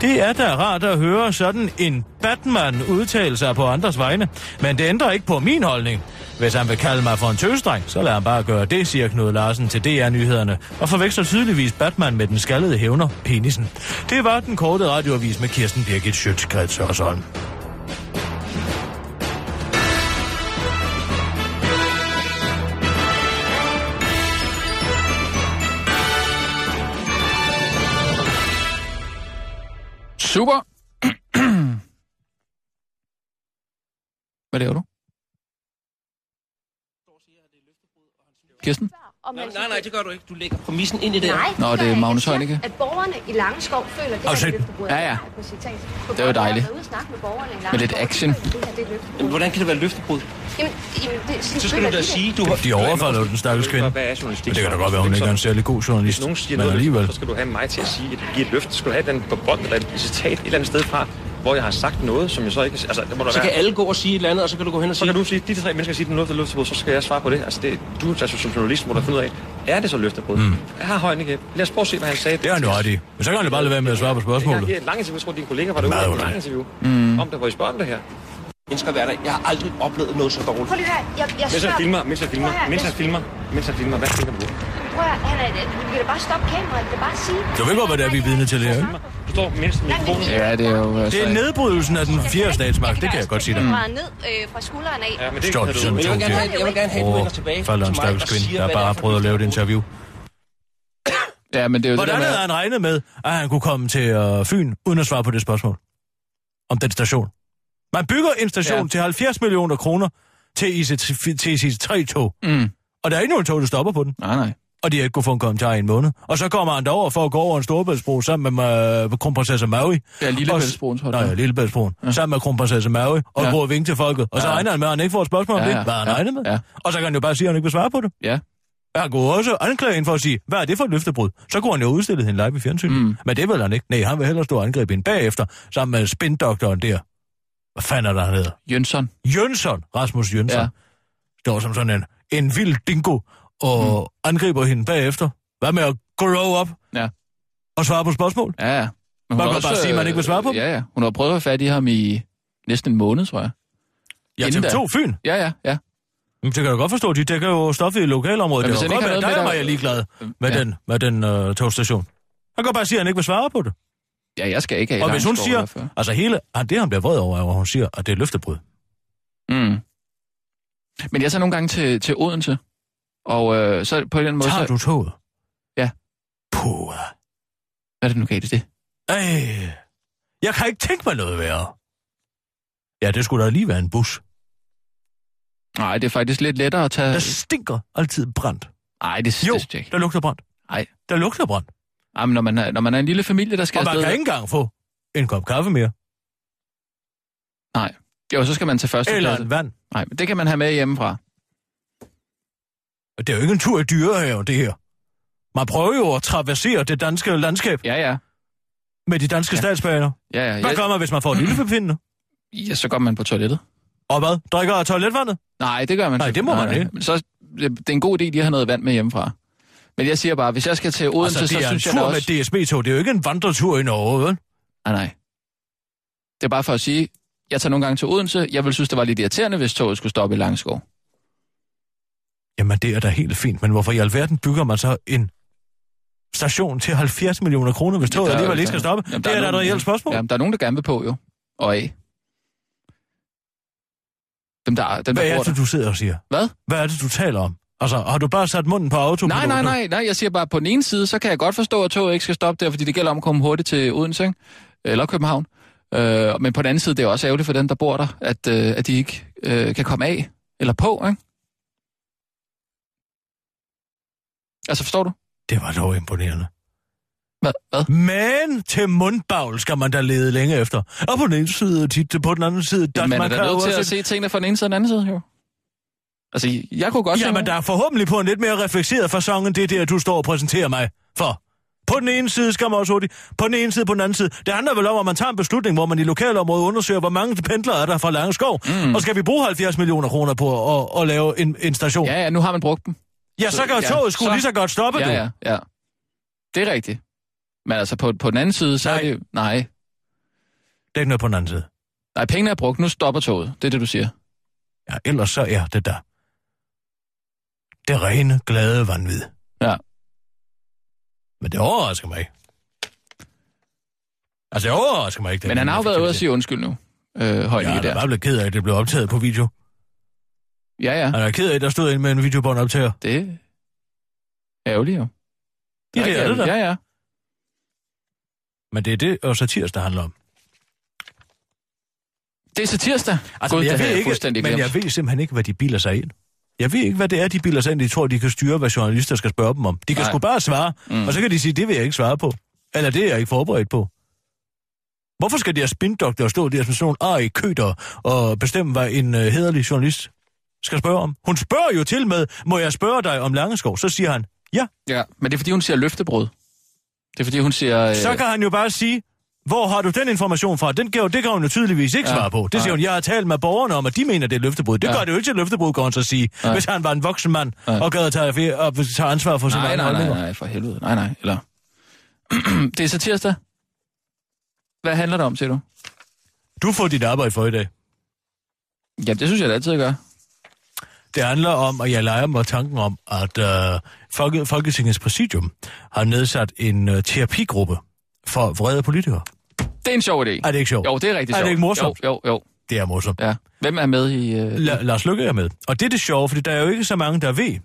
Det er da rart at høre sådan en Batman udtale sig på andres vegne, men det ændrer ikke på min holdning. Hvis han vil kalde mig for en tøsedreng, så lad ham bare gøre det, siger Knud Larsen til DR-nyhederne, og forveksler tydeligvis Batman med den skaldede hævner, penisen. Det var den korte radioavis med Kirsten Birgit Schøtzgrads Hørsholm.
Super. (clears throat) Hvad laver du? Kirsten?
Og man
Nej,
synes,
nej, nej, det gør du ikke. Du lægger præmissen ind i det. her.
Nej,
Nå,
gør
det er
jeg ikke.
Magnus
Jeg siger,
Heunicke.
At borgerne i Langskov føler, at det
Har
her
du set
er et
den?
løftebrud.
Ja, ja.
Jeg er på citat. For
Det er jo
borgerne
dejligt.
har været ude og snakke Med borgerne i
Med lidt
Langskov,
action.
og de føler, at Det her, det er et løftebrud.
Jamen, Hvordan kan det være et løftebrud?
Jamen, jamen, det,
Så skal du da sige, du har...
De overfalder jo den stakkels kvinde.
Hvad er journalistik?
Men det kan da godt være, hun ikke er en særlig god journalist.
Hvis nogen siger
Men
noget,
alligevel.
så skal du have mig til at sige, at give et løft. Så skal du have den på bånd eller et citat et eller andet sted fra, hvor jeg har sagt noget, som jeg så ikke... Altså, der må der
Så kan
være...
alle gå og sige et eller andet, og så kan du gå hen og
Så
sige...
kan du sige, de tre mennesker siger, den løfter løftebrud, så skal jeg svare på det. Altså, det, du altså, som journalist må du finde ud af, er det så løftebrud? Mm. Jeg har Højnække. Lad os prøve at se, hvad han sagde.
Det har han jo ret i. Men så kan han jo bare lade være med at svare på spørgsmålet.
Jeg har et langt interview, jeg tror, dine kollegaer var derude.
Nej,
Nej,
nej.
nej. interview. Mm. Om det, hvor I spørger om det her.
mennesker være der. Jeg har aldrig oplevet noget så dårligt.
Prøv lige her. Jeg, jeg
Mens han
spørger-
filmer, mens han filmer,
Prøv at høre,
mens han
jeg-
filmer, mens han filmer, hvad tænker du?
Prøv at høre, han er, du kan da bare stoppe kameraet. Du kan bare sige...
Du ved godt, hvad det er, vi er vidne til det her, ikke?
Du står mindst med mikrofonen.
Ja, det er jo... øh,
Det er nedbrydelsen af den fjerde statsmagt, det kan jeg godt sige dig.
Meget altså ned øh, fra skulderen af.
Ja, men det
Står
kan
det
du-
sådan
Men jeg vil
to
gerne
til?
have, jeg vil gerne have at du vender tilbage
Åh, falder en
til mig
stakkels
og
kvinde,
siger,
der
hvad det
bare
er for
prøvet at lave et interview.
Ja, men det er jo
Hvordan
det der
havde
med...
han regnet med, at han kunne komme til øh, Fyn, uden at svare på det spørgsmål? Om den station. Man bygger en station
Ja.
til 70 millioner kroner til IC3-tog,
Mm.
og der er ikke nogen tog, der stopper på den.
Nej, nej.
Og de har ikke kunne få en kommentar i en måned. Og så kommer han derover for at gå over en storbæltsbro sammen med øh, kronprinsesse Maui.
Ja, Lillebæltsbroen, tror jeg,
tror
det
Nej,
er.
Lillebæltsbroen. Ja. Sammen med kronprinsesse Maui og
Ja.
ja. går og vinker til folket. Og så
Ja.
ja. regner han med, at han ikke får et spørgsmål om
Ja,
ja.
ja.
det. Hvad har han
Ja.
regnet med?
Ja.
Og så kan han jo bare sige, at han ikke vil svare på det.
Ja.
Han kunne også anklage hende for at sige, hvad er det for et løftebrud? Så kunne han jo udstille hende live i fjernsynet.
Mm.
Mm. Men det vil han ikke. Nej, han vil hellere stå og angribe hende bagefter, sammen med spindoktoren der. Hvad fanden er der, han hedder?
Jønsson.
Jønsson, Rasmus Jønsson,
Ja.
ja. står som sådan en, en vild dingo og mm. angriber hende bagefter. Hvad med at grow up
Ja.
og svare på spørgsmål?
Ja, ja. Men
Man
har
kan bare sige, man ikke vil svare på dem.
Ja, ja. Hun har prøvet at have fat i ham i næsten en måned, tror jeg.
Ja,
Inden
TV2 Fyn.
Ja, ja, ja.
Jamen, det kan jeg godt forstå. De dækker jo stoffet i lokalområdet.
Men hvis
Ja, det
han
kan
ikke
godt
har
være,
noget
der
med
var jeg
dig-
ligeglad med
ja.
den, med den øh, togstation. Han kan bare sige, at han ikke vil svare på det.
Ja, jeg skal ikke have
Og hvis hun
Langskov
siger,
herfra.
altså hele, han, det han bliver vred over, er, hvor hun siger, at det er løftebrud.
Mm. Men jeg tager nogle gange til, til Odense, og øh, så på den måde... så,
Tager du toget?
Ja.
Puh.
Hvad er det nu galt i det?
Ej. Jeg kan ikke tænke mig noget værre. Ja, det skulle da lige være en bus.
Nej, det er faktisk lidt lettere at tage...
Der stinker altid brændt.
Nej, Øh. det,
Jo,
det synes jeg ikke.
der lugter brændt.
Nej.
Der lugter brændt.
Ej, men når man, er, når man er en lille familie, der skal
Og man
afsted...
kan ikke engang få en kop kaffe mere.
Nej. Jo, så skal man til første
Eller
klasse.
en vand.
Nej, men det kan man have med hjemmefra.
Og Det er jo ikke en tur i dyrehaven, det her. Man prøver jo at traversere det danske landskab
Ja, ja.
med de danske
Ja.
ja. statsbaner.
Ja, ja.
Hvad
Ja,
gør man, hvis man får et lille befindende?
ja, så går man på toilettet.
Og hvad? Drikker af toiletvandet?
Nej, det gør man
Nej,
selv-
det må man ikke.
Men Så, det, det er en god idé, lige at have noget vand med hjemmefra. Men jeg siger bare, hvis jeg skal til Odense,
Altså, det
så
er en
synes jeg da
tur med
også...
DSB-tog. Det er jo ikke en vandretur i Norge, vel?
Nej, nej. Det er bare for at sige, jeg tager nogle gange til Odense. Jeg vil synes, det var lidt irriterende, hvis toget skulle stoppe i Langskov.
Jamen, det er da helt fint, men hvorfor i alverden bygger man så en station til 70 millioner kroner, hvis toget
Der er jo-
alligevel ikke skal
der-
stoppe?
Jamen,
det er da et
nogen-
reelt spørgsmål.
Jamen, der er nogen, der gerne vil på, jo. Og af. Dem, der, dem, der
Hvad er
bor der.
det, du sidder og siger?
Hvad?
Hvad er det, du taler om? Altså, har du bare sat munden på
Nej,
autopiloten?
nej, nej, nej. Jeg siger bare, at på den ene side, så kan jeg godt forstå, at toget ikke skal stoppe der, fordi det gælder om at komme hurtigt til Odense, ikke? eller København. Øh, men på den anden side, det er også ærgerligt for dem, der bor der, at, øh, at de ikke øh, kan komme af eller på, ikke? Altså, forstår du?
Det var dog imponerende.
Hvad? Hvad?
Men til mundbavl skal man da lede længe efter. Og på den ene side tit, på den anden side... Der,
man er
man kan
da nødt
jo
til
også-
at se tingene fra den ene side og den anden side, jo. Altså, jeg kunne godt
Jamen,
tænke-
der er forhåbentlig på en lidt mere reflekseret fasong, end det der, du står og præsenterer mig for. På den ene side skal man også hurtigt, på den ene side, på den anden side. Det handler vel om, at man tager en beslutning, hvor man i lokalområdet undersøger, hvor mange pendlere er der fra Langeskov. Mm. Og skal vi bruge 70 millioner kroner på at, at lave en, en station? Ja,
Ja, ja, nu har man brugt dem.
ja så kan
ja,
ja, toget sgu
så-
lige så godt stoppe,
Ja,
du.
ja, ja. Det er rigtigt. Men altså, på, på den anden side, så
Nej.
er det... Nej,
Det er ikke noget på den anden side.
Nej, pengene er brugt. Nu stopper toget. Det er det, du siger.
Ja, ellers så er det der. Det rene, glade vanvid.
Ja.
Men det overrasker mig ikke. Altså, det overrasker mig ikke.
Men han har jo været ude og
sige,
sige undskyld nu. Øh,
ja,
Højlige
han er
der.
bare blevet ked af, at det blev optaget på video.
Ja, ja.
Han er ked af, at der stod ind med en videobåndoptager.
Det er ærgerligt, jo.
Ja, det er det
ærgerligt.
da.
Ja, ja.
Men det er det, og satirs, der handler om.
Det er så tirsdag.
Altså, God, jeg
det
ved
havde
ikke,
fuldstændig
men
glemt.
jeg ved simpelthen ikke, hvad de biler sig ind. Jeg ved ikke, hvad det er, de biler sig ind. De tror, de kan styre, hvad journalister skal spørge dem om. De kan
Nej.
sgu bare svare, mm. og så kan de sige, det vil jeg ikke svare på. Eller det er jeg ikke forberedt på. Hvorfor skal de her spindoktorer stå der som sådan nogle ar i køder og bestemme, hvad en øh, hederlig journalist skal spørge om? Hun spørger jo til med, må jeg spørge dig om Langeskov? Så siger han, ja.
Ja, men det er fordi, hun siger løftebrød. Det er fordi, hun siger... Øh,
Så kan han jo bare sige, hvor har du den information fra? Den kan, jo- det kan hun jo tydeligvis ikke ja.
Ja.
svare på. Det siger
Nej.
hun, jeg har talt med borgerne om, at de mener, det er et løftebrud. Det ja.
Ja.
gør det jo ikke til et løftebrud, kan hun så sige, ja.
Nej.
hvis han var en voksen mand ja.
Ja.
og gad at tage, affe- og tage ansvar for sine
nej,
egne
nej, nej,
holdninger.
nej, for helvede. Nej, nej, eller... (clears throat) det er så tirsdag. Hvad handler det om, siger du?
Du får dit arbejde for i dag.
Ja, det synes jeg da altid, jeg gør.
Det handler om, at jeg leger mig tanken om, at øh, Folke, Folketingets præsidium har nedsat en øh, terapigruppe for vrede politikere.
Det er en sjov idé.
Er det ikke sjovt?
Jo, det er rigtig
Er
sjovt.
det ikke morsomt?
Jo, jo, jo.
Det er morsomt.
Ja. Hvem er med i... Øh...
La- Lars Lykke er med. Og det er det sjove, fordi der er jo ikke så mange, der ved,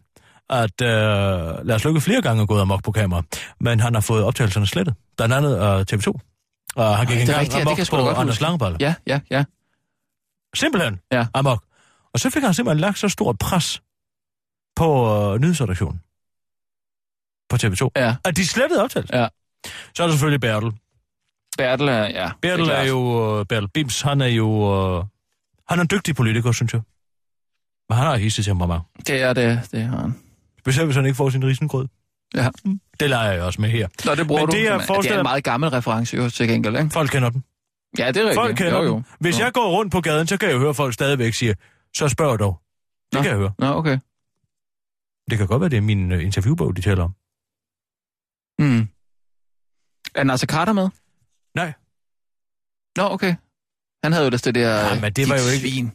at øh, Lars Lykke flere gange er gået amok på kamera, men han har fået optagelserne slettet. Blandt andet af TV2. Og han gik
det er
engang
rigtigt, ja, det
amok
kan jeg sgu da
på
godt
Anders
huske.
Langballe. Ja.
Ja, ja, ja.
Simpelthen
Ja.
amok. Og så fik han simpelthen lagt så stort pres på øh, nyhedsredaktionen på TV2.
Ja.
At de slettede optagelsen.
Ja.
Så er der selvfølgelig Bertel.
Bertel er... Ja, det
Bertel er,
klart.
er jo... øh, Bertel Bims, han er jo... Øh, han er en dygtig politiker, synes jeg. Men han har hisset temperament.
Det er det, det har han.
Specielt hvis han ikke får sin risengrød. Mm.
Ja.
Det leger jeg også med her.
Nå, det bruger
Men
du.
det, jeg
som er- det
forestiller-
er en meget gammel reference, jo, til gengæld, ikke?
Folk kender den.
Ja, det er rigtigt.
Folk kender
jo, jo.
den. Hvis
Nå.
jeg går rundt på gaden, så kan jeg høre folk stadigvæk sige, så spørg dog. Det
Nå.
kan jeg høre.
Nå, okay.
Det kan godt være, det er min øh, interviewbog, de taler om.
Mm. Er Nasser Carter med?
Nej.
Nå, okay. Han havde jo ellers det der...
Ja, men det var
dit
jo ikke-
Svin.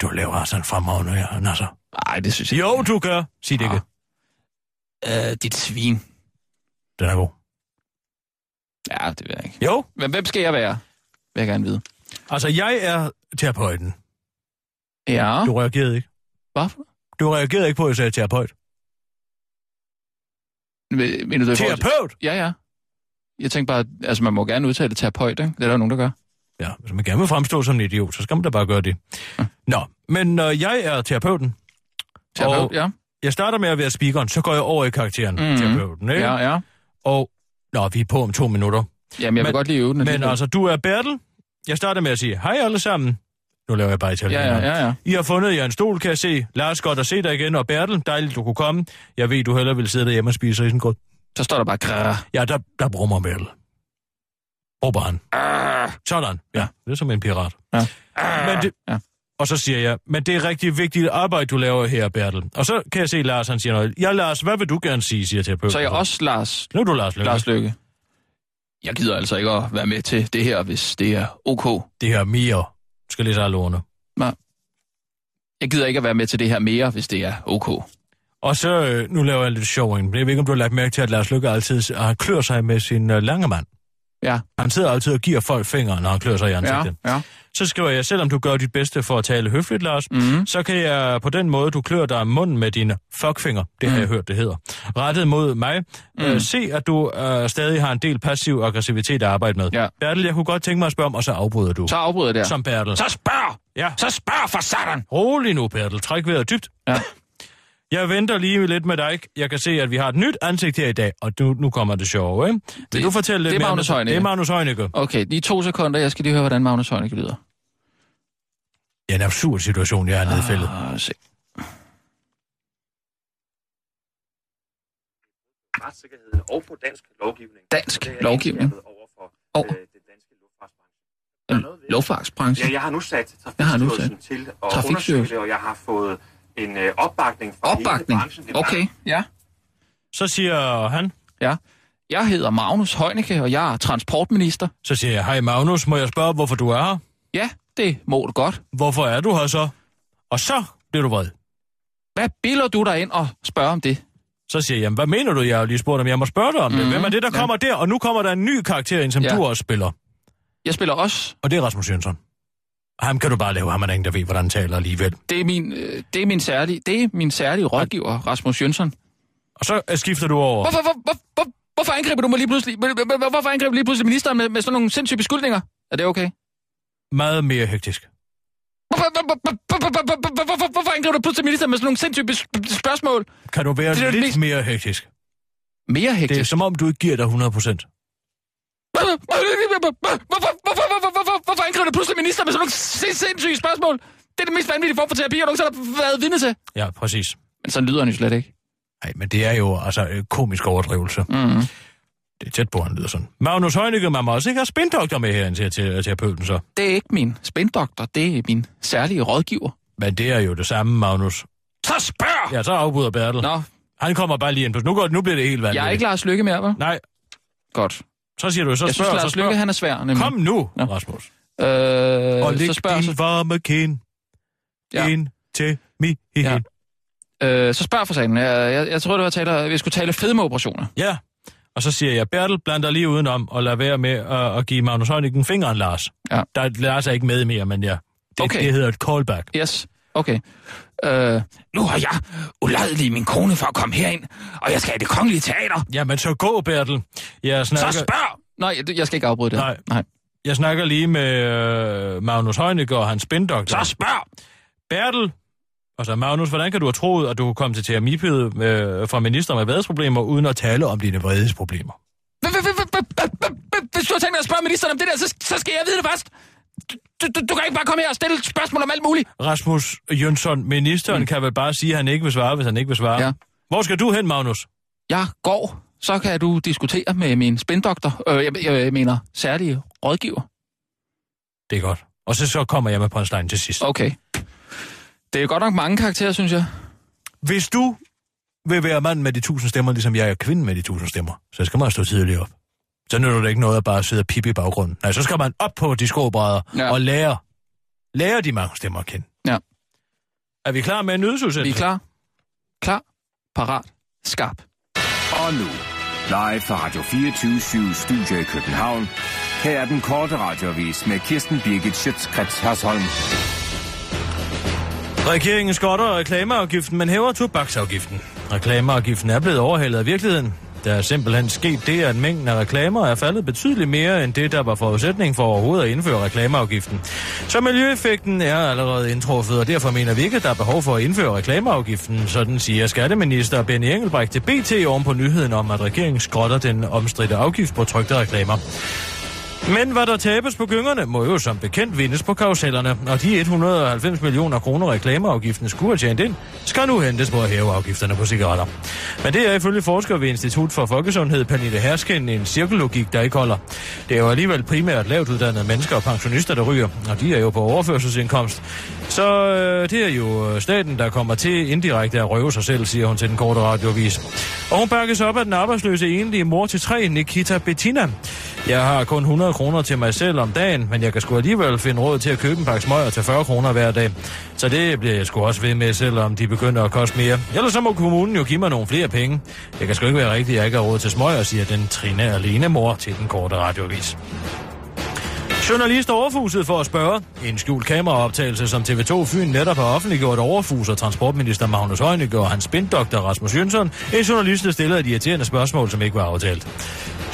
Du laver altså en fremragende, ja, Nasser.
Nej, det synes jeg
Jo, du gør. Sig det ikke.
Ah. Øh, dit svin.
Den er god.
Ja, det ved jeg ikke.
Jo,
Men hvem skal jeg være? Vil jeg gerne vide.
altså jeg er terapeuten.
Ah. Ja.
Du reagerede ikke.
Hvorfor?
Du reagerede ikke på, at jeg sagde terapeut.
Men, men, du, det er i forhold til-
Terapeut?
Ja, ja. Jeg tænkte bare, altså man må gerne udtale terapeut, ikke? Det er der jo nogen, der gør.
Ja, hvis man gerne vil fremstå som en idiot, så skal man da bare gøre det.
Ah.
Nå, men øh, jeg er terapeuten.
Terapeut,
Og-
ja.
Jeg starter med at være speakeren, så går jeg over i karakteren, mm-hmm.
Mhm.
terapeuten, ikke?
Ja, ja.
Og, nå, vi er på om to minutter.
Jamen, jeg vil
Men-
godt lige øve den.
Men
alligevel.
altså, du er Bertel. Jeg starter med at sige, hej alle sammen. Nu laver jeg bare
Ja,
italiener.
ja, ja, ja.
I har fundet jer en stol, kan jeg se. Lars, godt at se dig igen. Og Bertel, dejligt, du kunne komme. Jeg ved, du hellere vil sidde derhjemme og spise risengrød.
Så står der bare, grrr.
Ja, der, der brummer Bertel. Råber han. Sådan, ja. Det er som en pirat.
Ja.
Men det,
Ja.
og så siger jeg, men det er rigtig vigtigt arbejde, du laver her, Bertel. Og så kan jeg se, Lars han siger noget. Ja, Lars, hvad vil du gerne sige, siger terapeuten.
Så er jeg også Lars,
Nu er du Lars Løkke.
Lars Løkke. Jeg gider altså ikke at være med til det her, hvis det er ok.
Det her mere skal læse alle ordene.
Jeg gider ikke at være med til det her mere, hvis det er ok.
Og så, øh, nu laver jeg lidt sjov ind. Jeg ved ikke, om du har lagt mærke til, at Lars Løkke altid øh, han klør sig med sin øh, lange mand.
Ja,
Han sidder altid og giver folk fingre, når han klør sig i
ja,
ansigtet. Ja.
ja.
Så skriver jeg, selvom du gør dit bedste for at tale høfligt, Lars,
Mhm.
så kan jeg på den måde, du klør dig om munden med dine fuckfinger, det
Mhm.
har jeg hørt, det hedder, rettet mod mig, øh, se, at du øh, stadig har en del passiv aggressivitet at arbejde med.
Ja.
Bertel, jeg kunne godt tænke mig at spørge om, og så afbryder du.
Så afbryder jeg der.
Som Bertel.
Så spørg!
Ja.
Så spørg for satan!
Rolig nu, Bertel. Træk vejret dybt.
Ja.
(clears throat) Jeg venter lige lidt med dig. Jeg kan se, at vi har et nyt ansigt her i dag, og nu, nu kommer det sjove, ikke? Vil
Det-
du fortælle lidt
det er
mere? om
Magnus Heunicke.
Det er Magnus Heunicke.
Okay, lige to sekunder. Jeg skal lige høre, hvordan Magnus Heunicke lyder.
Det er en absurd situation, jeg har nedfældet.
Ah, se.
Retssikkerheden og på dansk lovgivning.
Dansk
Det er
lovgivning.
indskærpet Overfor,
Over.
øh, den danske luftfartsbranche. Der er noget ved-
Lovfartsbranchen.
Ja, jeg har nu sat
Jeg har nu
Trafikstyrelsen til at
Trafikstyrelsen.
undersøge det, og jeg har fået en øh, opbakning fra hele
Opbakning.
branchen. Det er
Okay, ja.
Så siger han,
ja. Jeg hedder Magnus Heunicke, og jeg er transportminister.
så siger jeg, hej Magnus, må jeg spørge, hvorfor du er her?
Ja, det må du godt.
Hvorfor er du her så? Og så bliver du vred.
Hvad biller du dig ind og spørger om det?
Så siger jeg, jamen, hvad mener du? Jeg har jo lige spurgt, om jeg må spørge dig om det.
Mhm.
Hvem er det, der
Ja.
kommer der? Og nu kommer der en ny karakter ind, som
Ja.
du også spiller.
Jeg spiller også.
Og det er Rasmus Jønsson. Ham kan du bare lave, ham er der ingen, der ved, hvordan han taler alligevel.
Det er min, øh, det er min, særlige, det er min særlige rådgiver, Rasmus Jønsson.
Og så øh, skifter du over.
Hvorfor, hvor, hvor, hvor, hvorfor angriber du mig lige pludselig? Hvor- hvor- Hvorfor angriber du lige pludselig ministeren med, med sådan nogle sindssyge beskyldninger? Er det okay?
meget mere hektisk.
Hvorfor- hvor- hvor- hvor- hvor- hvor- hvor- hvor- hvor- Hvorfor angriber du pludselig ministeren med sådan nogle sindssyge bes- spørgsmål?
Kan du være
Det er
det
det
lidt
mest-
mere hektisk?
Mere
Det er
hektisk.
som om, du ikke giver dig 100%.
Hvorfor, hvorfor, hvorfor, hvorfor, hvorfor, hvorfor angriber du pludselig ministeren med sådan nogle sin- sindssyge spørgsmål? Det er det mest vanvittige form for terapi, jeg nogensinde har været vidne til.
Ja, præcis.
Men sådan lyder han jo slet ikke.
Nej, men det er jo altså øh, komisk overdrivelse.
Mm.
Det er tæt på, han lyder sådan. Magnus Heunicke, man må også ikke have spindoktor med herinde til, til, til terapeuten så.
Det er ikke min spændoktor, det er min særlige rådgiver.
Men det er jo det samme, Magnus.
Så spørg!
Ja, så afbryder Bertel.
Nå,
Han kommer bare lige ind på. Nu, går, nu bliver det helt vanvittigt.
jeg er ikke Lars Lykke mere, vel?
Nej,
Godt.
så siger du, så
Jeg
spørg,
synes,
så
Lars
spørg.
Lykke, han er svær, nemlig.
Kom nu,
Nå.
Rasmus.
Øh,
Og læg
så spørger
din varme kind
Ja.
ind til mig.
Ja. Øh, så spørg for sagen. Jeg, jeg, jeg tror, du var taler, vi skulle tale fedmeoperationer.
ja. Og så siger jeg, Bertel, bland dig lige udenom, og lad være med at, at give Magnus Heunicke en finger, Lars.
Ja.
Der, Lars er ikke med mere, men ja. Det,
Okay.
det hedder et callback.
Yes, okay. Øh, nu har jeg ulejliget min kone for at komme herind, og jeg skal i det kongelige teater.
Jamen, så gå, Bertel. Jeg snakker...
Så spørg! Nej, jeg- jeg skal ikke afbryde det.
Nej.
Nej.
Jeg snakker lige med øh, Magnus Heunicke og hans spindoktor.
Så spørg!
Bertel, og så Magnus, hvordan kan du have troet, at du kunne komme til terapipede øh, fra minister med vredesproblemer, uden at tale om dine vredesproblemer?
Hva- hva- hva- hva- hva- hva- hva- Hvis du har tænkt dig at spørge ministeren om det der, så, så skal jeg vide det først. Du, du, du kan ikke bare komme her og stille spørgsmål om alt muligt.
Rasmus Jønsson, ministeren mm. kan vel bare sige, at han ikke vil svare, hvis han ikke vil svare.
Ja.
Hvor skal du hen, Magnus?
Jeg går, så kan du diskutere med min spindoktor. Øh, jeg, jeg, jeg mener særlige rådgiver.
Det er godt. Og så, så kommer jeg med punchline til sidst. Og...
Okay. Det er godt nok mange karakterer, synes jeg.
Hvis du vil være mand med de tusind stemmer, ligesom jeg er kvinde med de tusind stemmer, så skal man stå tidligt op. Så nytter det ikke noget at bare sidde og pippe i baggrunden. Nej, så skal man op på de skobrædder
Ja.
ja. og lære, lære de mange stemmer at kende.
Ja.
Er vi klar med en nyhedsudsendelse?
Vi er klar. Klar. Parat. Skarp.
Og nu, live fra Radio 24 Studio i København. Her er den korte radiovis med Kirsten Birgit Schøtzgrads Hasholm.
Regeringen skotter reklameafgiften, men hæver tobaksafgiften. Reklameafgiften er blevet overhalet af virkeligheden. Der er simpelthen sket det, at mængden af reklamer er faldet betydeligt mere end det, der var forudsætning for overhovedet at indføre reklameafgiften. Så miljøeffekten er allerede indtruffet, og derfor mener vi ikke, at der er behov for at indføre reklameafgiften. Sådan siger skatteminister Benny Engelbrecht til BT oven på nyheden om, at regeringen skrotter den omstridte afgift på trygte reklamer. Men hvad der tabes på gyngerne, må jo som bekendt vindes på karusellerne, og de 190 millioner kroner reklameafgiften skulle have tjent ind, skal nu hentes på at hæve afgifterne på cigaretter. Men det er ifølge forsker ved Institut for Folkesundhed, Pernille Hersken, en cirkellogik, der ikke holder. Det er jo alligevel primært lavt uddannede mennesker og pensionister, der ryger, og de er jo på overførselsindkomst. Så øh, det er jo øh, staten, der kommer til indirekte at røve sig selv, siger hun til den korte radiovis. Og hun bakkes op af den arbejdsløse enlige mor til tre, Nikita Bettina. Jeg har kun 100 kroner til mig selv om dagen, men jeg kan sgu alligevel finde råd til at købe en pakke smøger til 40 kroner hver dag. Så det bliver jeg sgu også ved med, selvom de begynder at koste mere. Ellers så må kommunen jo give mig nogle flere penge. Jeg kan sgu ikke være rigtig, at jeg ikke har råd til smøger, siger den Trine alene mor til den korte radiovis. Journalist overfuset for at spørge. En skjult kameraoptagelse, som TV2 Fyn netop har offentliggjort, overfuser transportminister Magnus Heunicke og hans spindoktor Rasmus Jønsson, en journalist, der stiller et irriterende spørgsmål, som ikke var aftalt.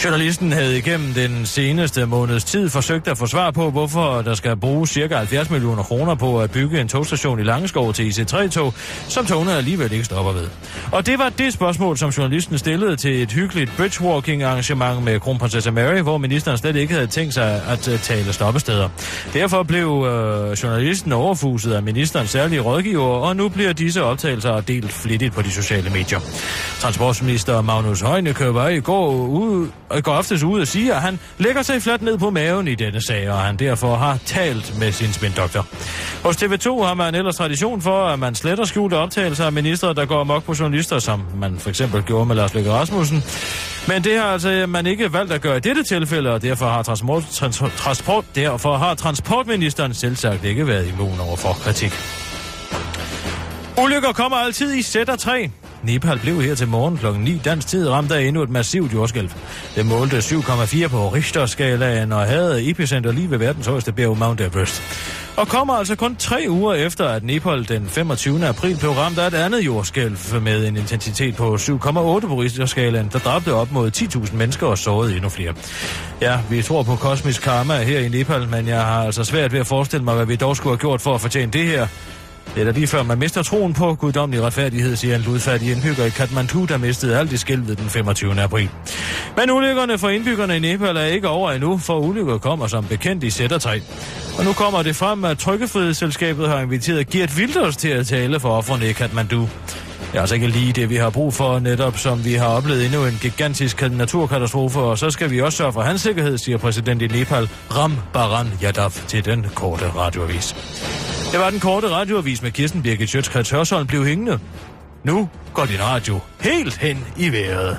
Journalisten havde igennem den seneste måneds tid forsøgt at få svar på, hvorfor der skal bruges ca. 70 millioner kroner på at bygge en togstation i Langeskov til IC3-tog, som togene alligevel ikke stopper ved. Og det var det spørgsmål, som journalisten stillede til et hyggeligt bridgewalking-arrangement med kronprinsesse Mary, hvor ministeren slet ikke havde tænkt sig at øh, tale stoppesteder. Derfor blev øh, journalisten overfuset af ministerens særlige rådgiver, og nu bliver disse optagelser delt flittigt på de sociale medier. Transportminister Magnus Heunicke var i går, ud, øh, går aftes ud og siger, at han lægger sig fladt ned på maven i denne sag, og han derfor har talt med sin spindoktor. Hos TV2 har man ellers tradition for, at man sletter skjulte optagelser af ministre, der går amok på journalister, som man for eksempel gjorde med Lars Løkke Rasmussen. Men det har altså man ikke valgt at gøre i dette tilfælde, og derfor har, transport, trans, transport, derfor har transportministeren selv sagt ikke været immun over for kritik. Ulykker kommer altid i sæt og træ. Nepal blev her til morgen kl. 9 dansk tid ramt af endnu et massivt jordskælv. Det målte 7,4 på Richterskalaen og havde epicenter lige ved verdens højeste bjerg Mount Everest. Og kommer altså kun tre uger efter, at Nepal den 25. april blev ramt af et andet jordskælv med en intensitet på 7,8 på Richterskalaen, der dræbte op mod 10.000 mennesker og sårede endnu flere. Ja, vi tror på kosmisk karma her i Nepal, men jeg har altså svært ved at forestille mig, hvad vi dog skulle have gjort for at fortjene det her. Det er da lige før, man mister troen på guddommelig retfærdighed, siger en ludfattig indbygger i Kathmandu, der mistede alt i skælvet den 25. april. Men ulykkerne for indbyggerne i Nepal er ikke over endnu, for ulykker kommer som bekendt i sættertræ. Og nu kommer det frem, at Trykkefrihedsselskabet har inviteret Gert Wilders til at tale for offerne i Kathmandu. Det er altså ikke lige det, vi har brug for, netop som vi har oplevet endnu en gigantisk naturkatastrofe, og så skal vi også sørge for hans sikkerhed, siger præsident i Nepal, Ram Baran Yadav, til den korte radioavis. Det var den korte radioavis med Kirsten Birgit Sjøtskrets Hørsholm blev hængende. Nu går din radio helt hen i vejret.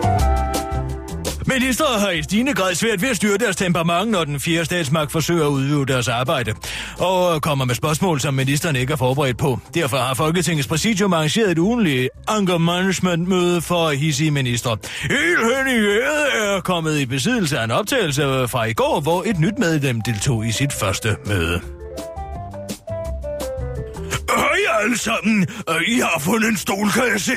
Minister har i stigende grad svært ved at styre deres temperament, når den fjerde statsmagt forsøger at udøve deres arbejde, og kommer med spørgsmål, som ministeren ikke er forberedt på. Derfor har Folketingets præsidium arrangeret et ugenligt anger management møde for hissige minister. Helt hen i vejret er kommet i besiddelse af en optagelse fra i går, hvor et nyt medlem deltog i sit første møde. Hej alle sammen. Øh, I har fundet en stol, kan jeg se.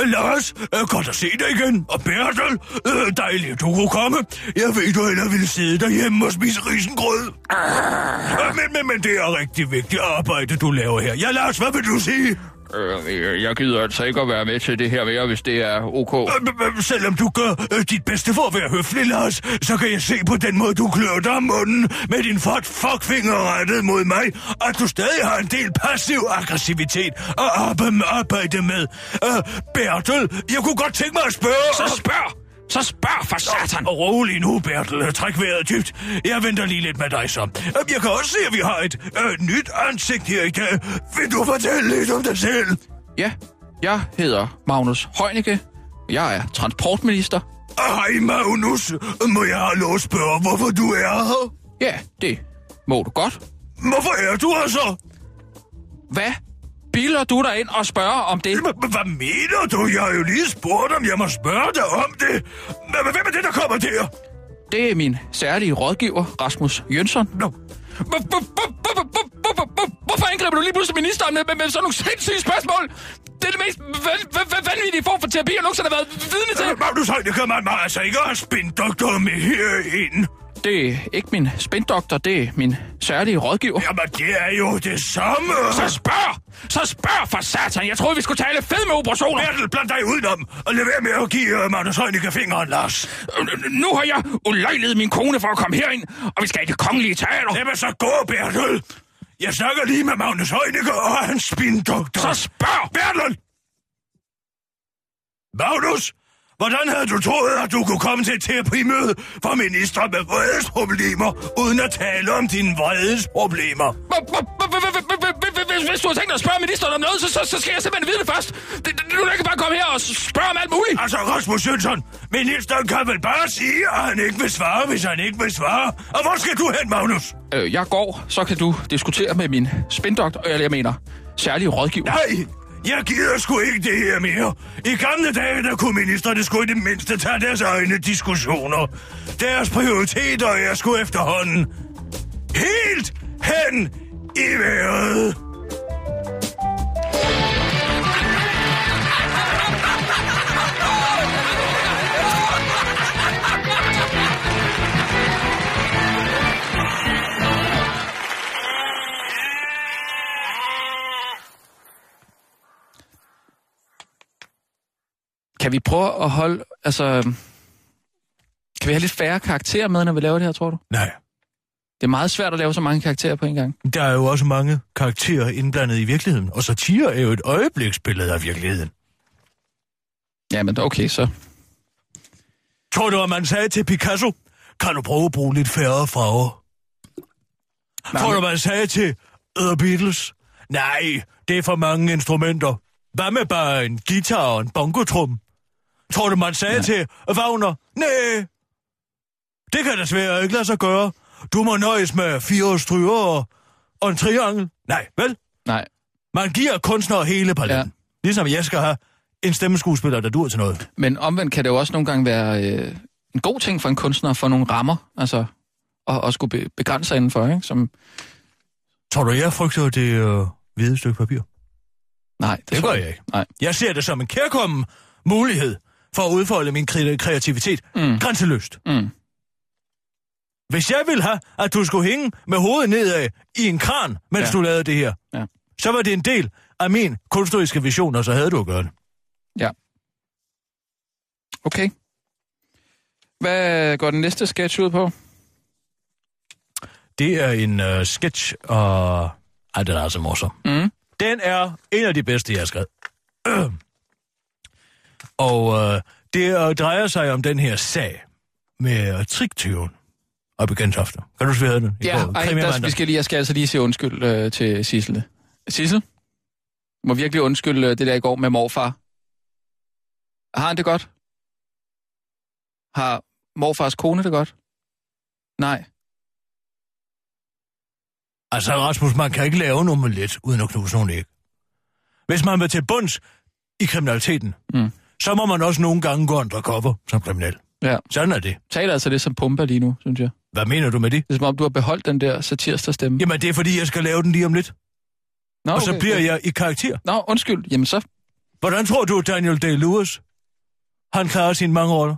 Øh, Lars, øh, godt at se dig igen. Og Bertel, øh, dejligt, at du kunne komme. Jeg ved, du hellere ville sidde derhjemme og spise risengrød. Øh, Men, men, men det er rigtig vigtigt arbejde, du laver her. Ja, Lars, hvad vil du sige?
Øh, jeg gider altså ikke at være med til det her mere, hvis det er ok.
Øh, men, men, Selvom du gør øh, dit bedste for at være høflig, Lars, så kan jeg se på den måde, du klør dig om munden med din fart fuckfinger rettet mod mig, at du stadig har en del passiv aggressivitet at arbejde, arbejde med. Øh, Bertel, jeg kunne godt tænke mig at spørge...
Så spørg! Så spørg for satan!
Og rolig nu, Bertel. Træk vejret dybt. Jeg venter lige lidt med dig så. Øh, Jeg kan også se, at vi har et øh, nyt ansigt her i dag. Vil du fortælle lidt om dig selv?
Ja, jeg hedder Magnus Heunicke. Jeg er transportminister.
Og Hej, Magnus. Må jeg have lov at spørge, hvorfor du er her?
Ja, det må du godt.
Hvorfor er du her så?
Hvad biler du dig ind og spørger om det?
Hva- hva- Hvad mener du? Jeg har jo lige spurgt, om jeg må spørge dig om det. Hva- hva- Hvem er det, der kommer der?
Det er min særlige rådgiver, Rasmus Jønsson.
Nå,
Hvor- hvor- hvor- hvor- hvor- hvor- hvor- hvor- hvor- Hvorfor angriber du lige pludselig ministeren med, med, med sådan nogle sindssyge spørgsmål? Det er det mest van- van- van- vanvittige form for terapi, jeg nogensinde har været vidne til.
øh, Magnus Heunicke, man må altså ikke have spindoktor med herinde.
Det er ikke min spindoktor, det er min særlige rådgiver.
Jamen, det er jo det samme.
Så spørg! Så spørg for satan! Jeg troede, vi skulle tale fed med operationer!
Bertel, bland dig udenom, og lad være med at give øh, Magnus Heunicke fingeren, Lars.
Øh, Nu har jeg ulejlet min kone for at komme herind, og vi skal i det kongelige teater.
Lad mig så gå, Bertel. Jeg snakker lige med Magnus Heunicke og hans spindoktor.
Så spørg!
Bertel! Magnus, hvordan havde du troet, at du kunne komme til et terapimøde for minister med vredesproblemer, uden at tale om dine vredesproblemer?
Hvor- hvor- hvor- hvor- hvor- hvor- hvor- hvor- hvor- Hvis du har tænkt dig at spørge ministeren om noget, så, så, så skal jeg simpelthen vide det først. Det, det, du kan ikke bare komme her og s- spørge om alt muligt.
Altså, Rasmus Jønsson, ministeren kan vel bare sige, at han ikke vil svare, hvis han ikke vil svare. Og hvor skal du hen, Magnus?
Øh, jeg går, så kan du diskutere med min spindoktor, eller jeg mener særlige rådgiver.
Nej, jeg gider sgu ikke det her mere. I gamle dage, der kunne ministerne sgu i det mindste tage deres egne diskussioner. Deres prioriteter er sgu efterhånden helt hen i vejret.
Kan vi prøve at holde, altså... Kan vi have lidt færre karakterer med, når vi laver det her, tror du?
Nej,
Det er meget svært at lave så mange karakterer på en gang.
der er jo også mange karakterer indblandet i virkeligheden, og satire er jo et øjebliksbillede af virkeligheden.
Jamen, okay, så
Tror du, at man sagde til Picasso, kan du prøve at bruge lidt færre farver? Tror du, man sagde til The Beatles? Nej, det er for mange instrumenter. Hvad med bare en guitar og en bongotrum? Tror du, man sagde ja. til Wagner? Nej, det kan desværre ikke lade sig gøre. Du må nøjes med fire stryger og, og en triangel. Nej, vel?
Nej.
Man giver kunstnere hele paletten. Ja. Ligesom jeg skal have en stemmeskuespiller, der dur til noget.
Men omvendt kan det jo også nogle gange være øh, en god ting for en kunstner at få nogle rammer, altså og, og skulle be, begrænse sig indenfor, ikke? Som,
Tror du, jeg frygter det øh, hvide stykke papir?
nej,
Det, det
tror
gør jeg ikke.
Nej.
Jeg ser det som en kærkommen mulighed for at udfolde min kre- kreativitet mm. grænseløst.
Mm.
Hvis jeg ville have, at du skulle hænge med hovedet nedad i en kran, mens
Ja.
ja. du lavede det her,
Ja.
så var det en del af min kunstneriske vision, og så havde du at gøre det.
Okay. Hvad går den næste sketch ud på?
Det er en øh, sketch, og... Ej, den er altså morsom.
Mm.
Den er en af de bedste, jeg har skrevet. (clears throat) og øh, det øh, drejer sig om den her sag med øh, triktyven op i Gentofte. Kan du huske, vi havde den? i
Ja, ej,
går?
der,
Krimimandag.
vi skal lige, jeg skal altså lige sige undskyld øh, til Sissel. Sissel? Må virkelig undskylde øh, det der i går med morfar. Har han det godt? Har morfars kone det godt? Nej.
Altså, Rasmus, man kan ikke lave en omelet uden at knuse nogen æg. Hvis man vil til bunds i kriminaliteten,
Mm.
så må man også nogle gange gå undercover som kriminel.
Ja.
Sådan er det.
Taler altså det som pumper lige nu, synes jeg.
Hvad mener du med det?
Det er som om, du har beholdt den der satirsterstemme.
Jamen, det er fordi, jeg skal lave den lige om lidt.
Nå,
Og så
okay,
bliver
ja.
jeg i karakter.
Nå, undskyld. Jamen så...
Hvordan tror du, Daniel Day-Lewis, han klarer sine mange roller?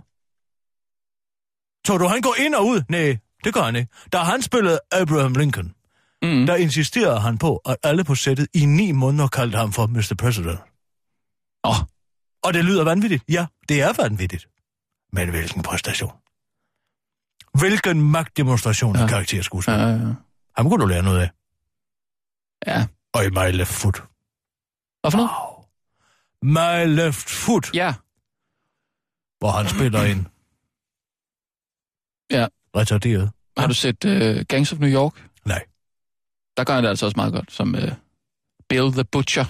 Tror du, han går ind og ud? Nej, det gør han ikke. Da han spillede Abraham Lincoln,
Mm.
der insisterede han på, at alle på sættet i ni måneder kaldte ham for Mr. President.
Nå,
Og det lyder vanvittigt. Ja, det er vanvittigt. Men hvilken præstation. Hvilken magtdemonstration af
Ja.
ja. karakterskuespil. Ja.
øh,
Ham kunne du lære noget af.
ja.
Og i My Left Foot.
Hvad for noget?
Wow. My Left Foot, ja.
Ja,
hvor han spiller en...
Ja.
Retarderet.
har du set øh, Gangs of New York?
Nej.
Der gør han det altså også meget godt, som øh, Bill the Butcher.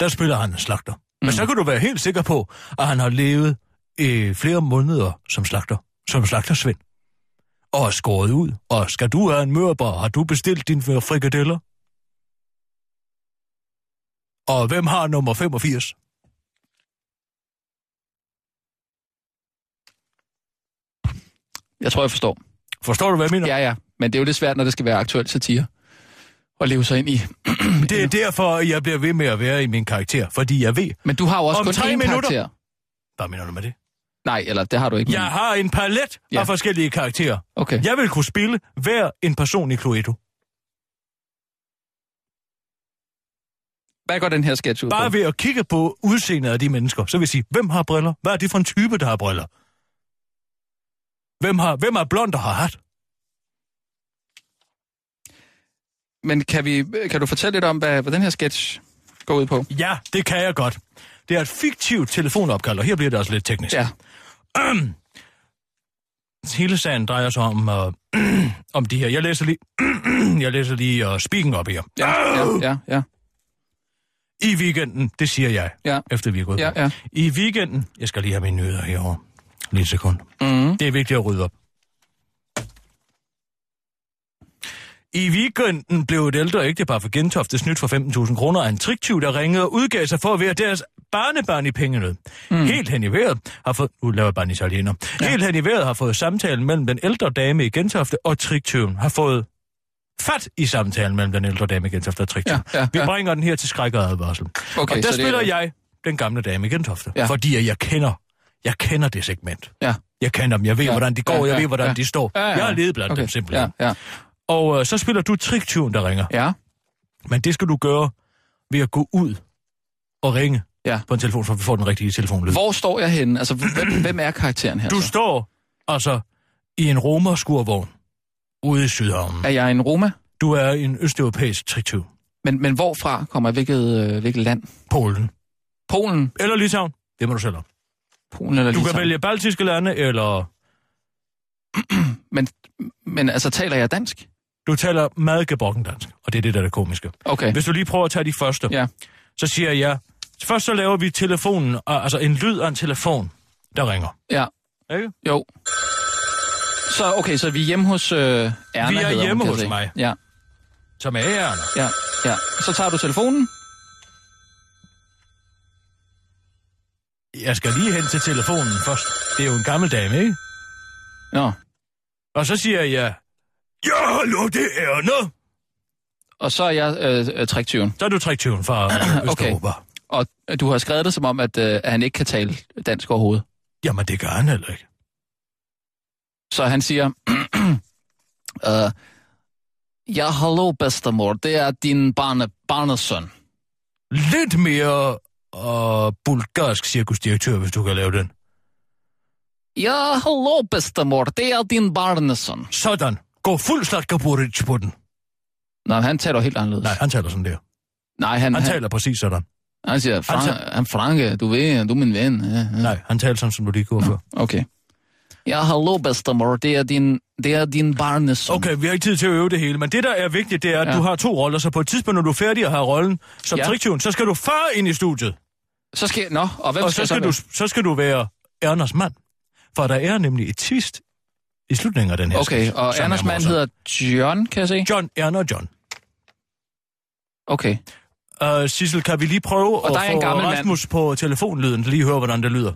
Der spiller han en slagter. Mm.
Mm.
Men så kan du være helt sikker på, at han har levet i flere måneder som slagter. Som slagtersvend. Og er skåret ud. Og skal du have en mørbar? Har du bestilt dine frikadeller? Og hvem har nummer 85?
Jeg tror, jeg forstår.
Forstår du, hvad jeg mener?
Ja, ja. Men det er jo lidt svært, når det skal være aktuel satire. At leve sig ind i.
Det er derfor, jeg bliver ved med at være i min karakter. Fordi jeg ved...
Men du har jo også
Om
kun
tre
én
minutter.
karakter.
Hvad mener du med det?
Nej, eller det har du ikke. men-
Jeg har en palet
Ja.
Mm. ja. af forskellige karakterer.
Okay.
Jeg vil kunne spille hver en person i Cluedo.
Hvad går den her sketch ud
Bare
på?
ved at kigge på udseendet af de mennesker, så vil jeg sige, hvem har briller? Hvad er det for en type, der har briller? Hvem, har, hvem er blond og har hat?
Men kan, vi, kan du fortælle lidt om, hvad, hvad den her sketch går ud på?
Ja, det kan jeg godt. Det er et fiktivt telefonopkald, og her bliver det også lidt teknisk.
Ja.
Hele sagen drejer sig om, øh, (clears throat) om de her. Jeg læser lige, (clears throat) jeg læser lige uh, speaking op her.
Ja, ja, ja, ja.
I weekenden, det siger jeg,
Ja.
efter vi er gået
Ja,
på.
ja.
I weekenden, jeg skal lige have mine nyheder herover. Lige et sekund.
Mm.
Det er vigtigt at rydde op. I weekenden blev et ældre ægtepar fra Gentofte snydt for 15.000 kroner af en triktyv, der ringede og udgav sig for at være deres barnebarn i pengenød. Mm. Helt hen i vejret har fået... Nu laver jeg bare en italiener. Ja. Helt hen i vejret har fået samtalen mellem den ældre dame i Gentofte og triktyven har fået fat i samtalen mellem den ældre dame i Gentofte og triktyven.
Ja, ja,
Vi
ja.
bringer den her til skræk og advarsel.
Okay,
og der
så det er-
spiller jeg den gamle dame i Gentofte,
Ja.
ja. fordi jeg kender, jeg kender det segment.
Ja.
Jeg kender dem, jeg ved,
Ja,
ja, hvordan de går,
ja,
jeg
ja,
ved, hvordan
ja.
de står.
Ja, ja, ja.
Jeg har levet blandt okay. dem simpelthen.
Ja, ja.
Og øh, så spiller du triktyven, der ringer.
Ja,
Men det skal du gøre ved at gå ud og ringe
Ja.
på en telefon, så vi får den rigtige telefonlyd.
Hvor står jeg henne? Altså, hvem, hvem er karakteren her?
Du
så?
står altså i en romerskurvogn ude i Sydhavnen.
Er jeg en Roma?
Du er en østeuropæisk triktyv.
Men, men hvorfra kommer jeg? Hvilket, øh, hvilket land?
Polen.
Polen?
Eller Litauen. Det må du selv om.
Polen eller
Du kan
Litauen?
vælge baltiske lande eller
men, men altså, taler jeg dansk?
Du taler meget gebrokken dansk, og det er det, der er det komiske.
Okay.
Hvis du lige prøver at tage de første,
ja.
så siger jeg, først så laver vi telefonen, og- altså en lyd af en telefon, der ringer.
Ja.
Ikke?
Jo. Så okay, så vi er hjemme hos øh, Erna.
Vi er
hedder hun,
hjemme
kan jeg
hos
se.
mig.
Ja,
Som er Erna.
ja, ja. Så tager du telefonen.
Jeg skal lige hen til telefonen først. Det er jo en gammel dame, ikke?
Nå.
Og så siger jeg, ja, hallo, det er Erna.
Og så er jeg øh, øh, triktyven.
Så er du triktyven fra øh,
Okay.
Østeuropa. Okay.
Og øh, du har skrevet det som om, at, øh, at han ikke kan tale dansk overhovedet.
Jamen, det gør han heller ikke.
Så han siger, (clears throat) øh, ja, hallo bedstemor, det er din barne, barnesøn.
Lidt mere øh, bulgarsk cirkusdirektør, hvis du kan lave den.
Ja, hallo bedstemor, det er din barnesøn.
Sådan. Gå fuld slatkaburic på den.
Nej, han taler helt anderledes.
Nej, han taler sådan der.
Nej han,
Han taler præcis sådan.
han siger, Fran, han,
taler-
Franke, du ved, du er min ven. Ja, ja.
Nej, han taler sådan, som du lige gjorde før.
Okay. Ja, hallo bedstemor, det er din, det er din barnesøn.
Okay, vi har ikke tid til at øve det hele, men det, der er vigtigt, det er, at
Ja.
ja. du har to roller, så på et tidspunkt, når du er færdig og har rollen som
Ja.
ja. triktyven, så skal du far ind i studiet,
Så skal Nå, og hvem
og
skal,
så skal,
være?
du, så skal du være Erners mand. For der er nemlig et twist i slutningen af den her
Okay,
sketch,
og
som er
Anders mand
morsom.
hedder John, kan jeg se?
John, Erner John.
Okay.
Uh, Sissel, kan vi lige prøve
Og der er
at
en
få
gammel mand.
Rasmus på telefonlyden, lige høre, hvordan det lyder?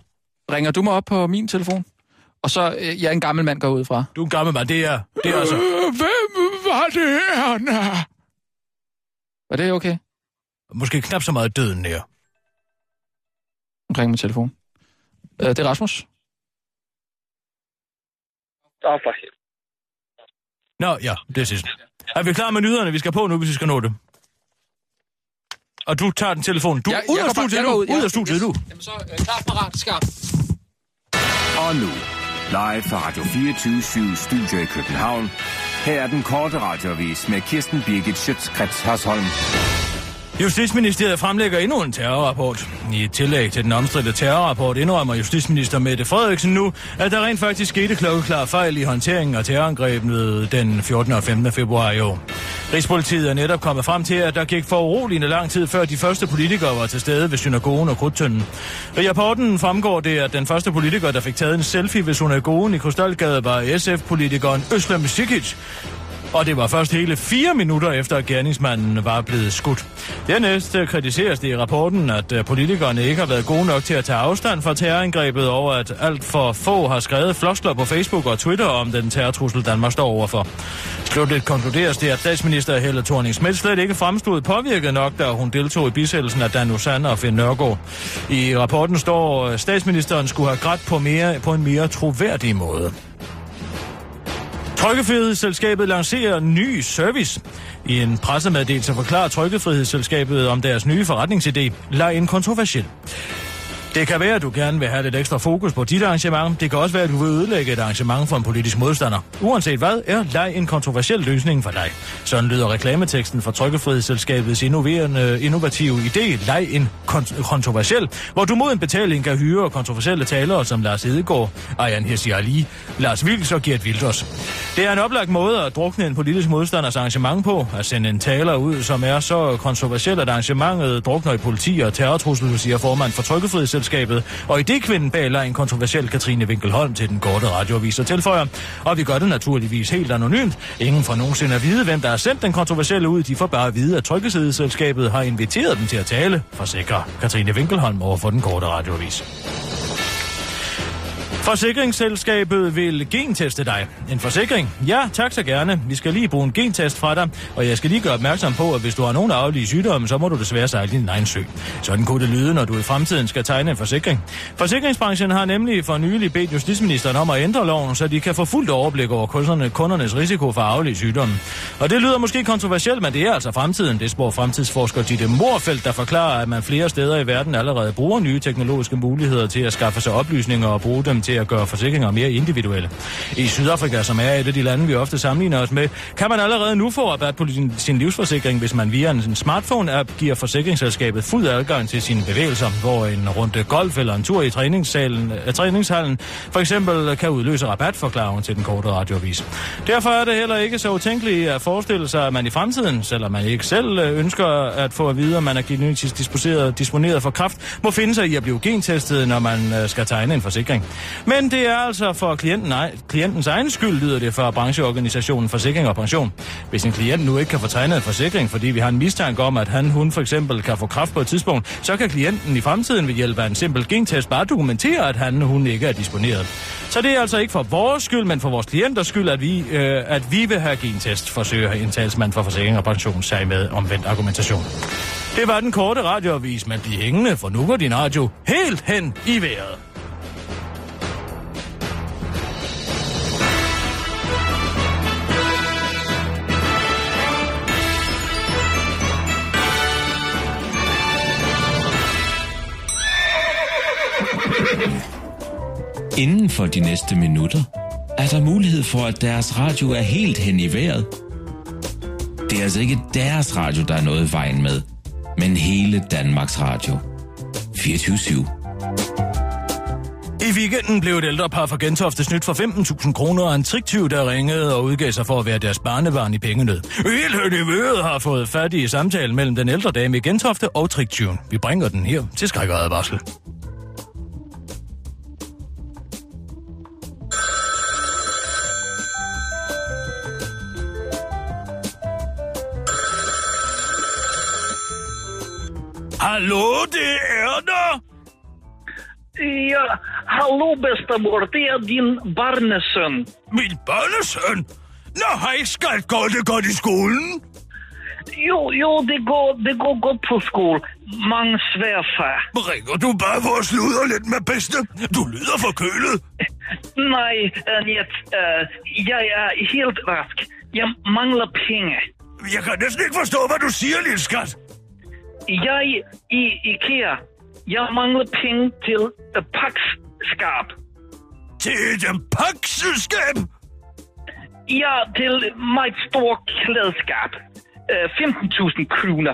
Ringer du mig op på min telefon? Og så, øh, jeg er en gammel mand, går jeg ud fra.
Du er en gammel mand, det er, det er altså...
Hvem var det, Anna? Var det okay?
Måske knap så meget døden nær.
Ring min telefon. Øh, det er Rasmus.
Åh, for helvede.
Nå, ja, det er Sissel. Er vi klar med nyhederne? Vi skal på nu, hvis vi skal nå det. Og du tager den telefon. Du er
Jeg-
ud
jeg
af
går bare-
studiet
jeg
nu.
går ud,
Ud,
ja.
af studiet nu.
Jamen så, øh, klar, parat, skarp.
Og nu, live fra Radio 24 Studio i København. Her er den korte radiovis med Kirsten Birgit Schøtzgrads Hasholm.
Justitsministeriet fremlægger endnu en terrorrapport. I et tillæg til den omstridte terrorrapport indrømmer justitsminister Mette Frederiksen nu, at der rent faktisk skete klokkeklar fejl i håndteringen af terrorangrebet den 14. og 15. februar i år. Rigspolitiet er netop kommet frem til, at der gik for uroligende lang tid før de første politikere var til stede ved synagogen og krudtønden. I rapporten fremgår det, at den første politiker, der fik taget en selfie ved synagogen i Krystalgade, var SF-politikeren Øslem Sikic. Og det var først hele fire minutter efter, at gerningsmanden var blevet skudt. Dernæst øh, kritiseres det i rapporten, at øh, politikerne ikke har været gode nok til at tage afstand fra terrorangrebet, og at alt for få har skrevet floskler på Facebook og Twitter om den terrortrussel, Danmark står overfor. Slutligt konkluderes det, at statsminister Helle thorning schmidt slet ikke fremstod påvirket nok, da hun deltog i bisættelsen af Dan Usan og Finn Nørgaard. I rapporten står, at statsministeren skulle have grædt på, mere, på en mere troværdig måde. Trykkefrihedsselskabet lancerer en ny service. I en pressemeddelelse forklarer Trykkefrihedsselskabet om deres nye forretningsidé, Lad en kontroversiel. Det kan være, at du gerne vil have lidt ekstra fokus på dit arrangement. Det kan også være, at du vil ødelægge et arrangement for en politisk modstander. Uanset hvad, er leg en kontroversiel løsning for dig. Sådan lyder reklameteksten fra Trykkefrihedsselskabets innoverende, innovative idé, leg en kon- kontroversiel, hvor du mod en betaling kan hyre kontroversielle talere som Lars Hedegaard, Arjan Hirsi Ali, Lars Vilks og Gert Wilders. Det er en oplagt måde at drukne en politisk modstanders arrangement på, at sende en taler ud, som er så kontroversiel, at arrangementet drukner i politi og terrortrussel, siger formand for Trykkefrihedsselskabet, og i det kvinden bag en kontroversiel Katrine Winkelholm til den korte radioavis og tilføjer. Og vi gør det naturligvis helt anonymt. Ingen får nogensinde at vide, hvem der har sendt den kontroversielle ud. De får bare at vide, at Trykkefrihedsselskabet har inviteret dem til at tale, forsikrer Katrine Winkelholm over for den korte radioavis. Forsikringsselskabet vil genteste dig. En forsikring? Ja, tak så gerne. Vi skal lige bruge en gentest fra dig, og jeg skal lige gøre opmærksom på, at hvis du har nogen arvelige sygdomme, så må du desværre sejle din egen sø. Sådan kunne det lyde, når du i fremtiden skal tegne en forsikring. Forsikringsbranchen har nemlig for nylig bedt justitsministeren om at ændre loven, så de kan få fuldt overblik over kunderne, kundernes risiko for arvelige sygdomme. Og det lyder måske kontroversielt, men det er altså fremtiden. Det spår fremtidsforsker Ditte Morfeldt, der forklarer, at man flere steder i verden allerede bruger nye teknologiske muligheder til at skaffe sig oplysninger og bruge dem til til at gøre forsikringer mere individuelle. I Sydafrika, som er et af de lande, vi ofte sammenligner os med, kan man allerede nu få rabat på sin, sin livsforsikring, hvis man via en smartphone-app giver forsikringsselskabet fuld adgang til sine bevægelser, hvor en runde golf eller en tur i træningssalen, øh, træningshallen for eksempel kan udløse rabat, forklarer hun til den korte radiovis. Derfor er det heller ikke så utænkeligt at forestille sig, at man i fremtiden, selvom man ikke selv øh, ønsker at få at vide, om man er genetisk disponeret, disponeret for kraft, må finde sig i at blive gentestet, når man øh, skal tegne en forsikring. Men det er altså for klienten, ej- klientens egen skyld, lyder det fra brancheorganisationen Forsikring og Pension. Hvis en klient nu ikke kan få tegnet en forsikring, fordi vi har en mistanke om, at han, hun for eksempel kan få kraft på et tidspunkt, så kan klienten i fremtiden ved hjælp af en simpel gentest bare dokumentere, at han, hun ikke er disponeret. Så det er altså ikke for vores skyld, men for vores klienters skyld, at vi, øh, at vi vil have gentest, forsøger en talsmand for Forsikring og Pension sig med omvendt argumentation. Det var den korte radioavis, men bliv hængende, for nu går din radio helt hen i vejret.
Inden for de næste minutter er der mulighed for, at deres radio er helt hen i vejret. Det er altså ikke deres radio, der er noget i vejen med, men hele Danmarks Radio. 24-7.
I weekenden blev et ældre par fra Gentofte snydt for 15.000 kroner af en triktyv, der ringede og udgav sig for at være deres barnebarn i pengenød. Helt i mødet har fået fat i samtalen mellem den ældre dame i Gentofte og triktyven. Vi bringer den her til skrækkeradvarsel. Hallo, det er der!
Ja, hallo bedstemor, det er din barnesøn.
Min barnesøn? Nå, hej skat, går det godt i skolen?
Jo, jo, det går, det går godt på skole. Mange sværfer.
Ringer du bare for at sludre lidt med bedste? Du lyder forkølet.
Nej, Annette, øh, jeg er helt rask. Jeg mangler penge.
Jeg kan næsten ikke forstå, hvad du siger, lille skat.
Jeg i IKEA, jeg mangler penge til et pakskab.
Til et pakselskab?
Ja, til meget stort klædeskab. Øh, 15.000 kroner.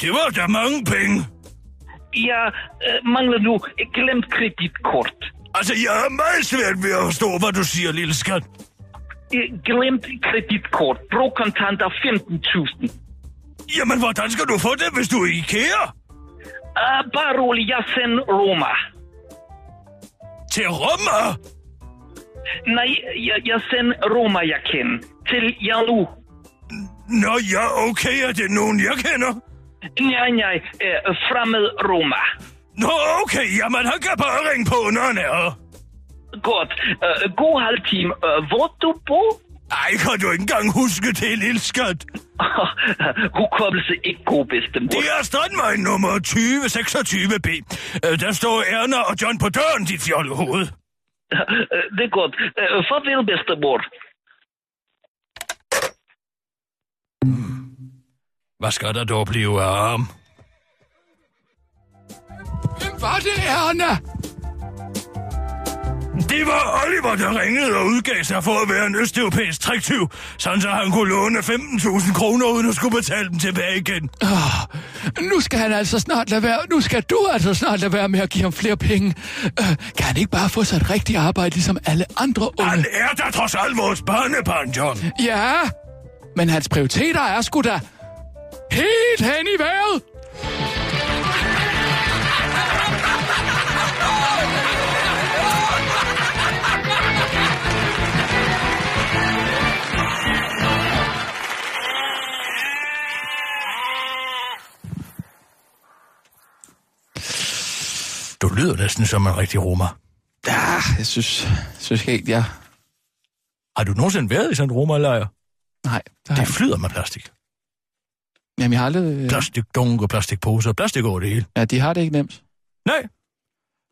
Det var da mange penge.
Jeg øh, mangler nu et glemt kreditkort.
Altså, jeg er meget svært ved at forstå, hvad du siger, lille skat.
Øh, Glemt kreditkort. Brug kontanter 15.000.
Jamen, hvordan skal du få det, hvis du er i IKEA?
Uh, bare rolig, jeg sender Roma.
Til Roma?
Nej, jeg, jeg sender Roma, jeg kender. Til jer nu.
Nå ja, okay, er det nogen, jeg kender?
Nej, nej, øh, fremmed Roma.
Nå, okay, jamen, han kan bare ringe på, når han er her.
Godt. Uh, god halv time. Uh, hvor du bor?
Ej, kan du ikke engang huske det, lille
(laughs)
skat?
Hukommelse ikke god, bedstemor.
Det er strandvejen nummer 2026B. Øh, Der står Erna og John på døren, dit fjolle hoved.
(laughs) Øh, det er godt. Uh, farvel, bedstemor.
Hmm. Hvad skal der dog blive af ham?
Hvem var det, Erna?
Det var Oliver, der ringede og udgav sig for at være en østeuropæisk triktyv, sådan så han kunne låne 15.000 kroner, uden at skulle betale dem tilbage igen.
Oh, nu skal han altså snart lade være, nu skal du altså snart lade være med at give ham flere penge. Øh, kan han ikke bare få sig et rigtigt arbejde, ligesom alle andre
Han
unge?
er da trods alt vores barnebarn, John.
Ja, men hans prioriteter er sgu da helt hen i vejret.
Du lyder næsten som en rigtig romer.
Ja, jeg synes, synes helt, jeg...
Har du nogensinde været i sådan en romerlejr?
Nej, der
Det
har...
flyder med plastik.
Jamen, jeg har aldrig... øh,
Plastikdunke, plastikposer, plastik over det hele.
Ja, de har det ikke nemt.
Nej,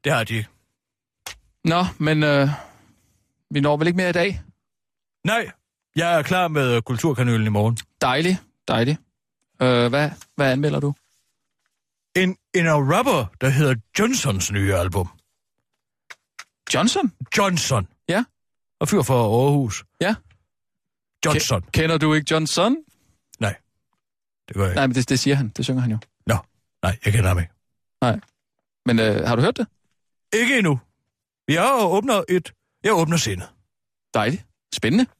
det har de ikke.
Nå, men øh, vi når vel ikke mere i dag?
Nej, jeg er klar med øh, kulturkanalen i morgen.
Dejligt, dejligt. Øh, hvad, hvad anmelder du?
En, en rapper, der hedder Johnsons nye album.
Johnson?
Johnson.
Ja.
Og fyr fra Aarhus.
Ja.
Johnson.
Ke- kender du ikke Johnson?
Nej. Det gør jeg ikke.
Nej, men det, det siger han. Det synger han jo.
Nå, nej, jeg kender ham ikke.
Nej. Men øh, har du hørt det?
Ikke endnu. Jeg åbner et... Jeg åbner sindet.
Dejligt. Spændende.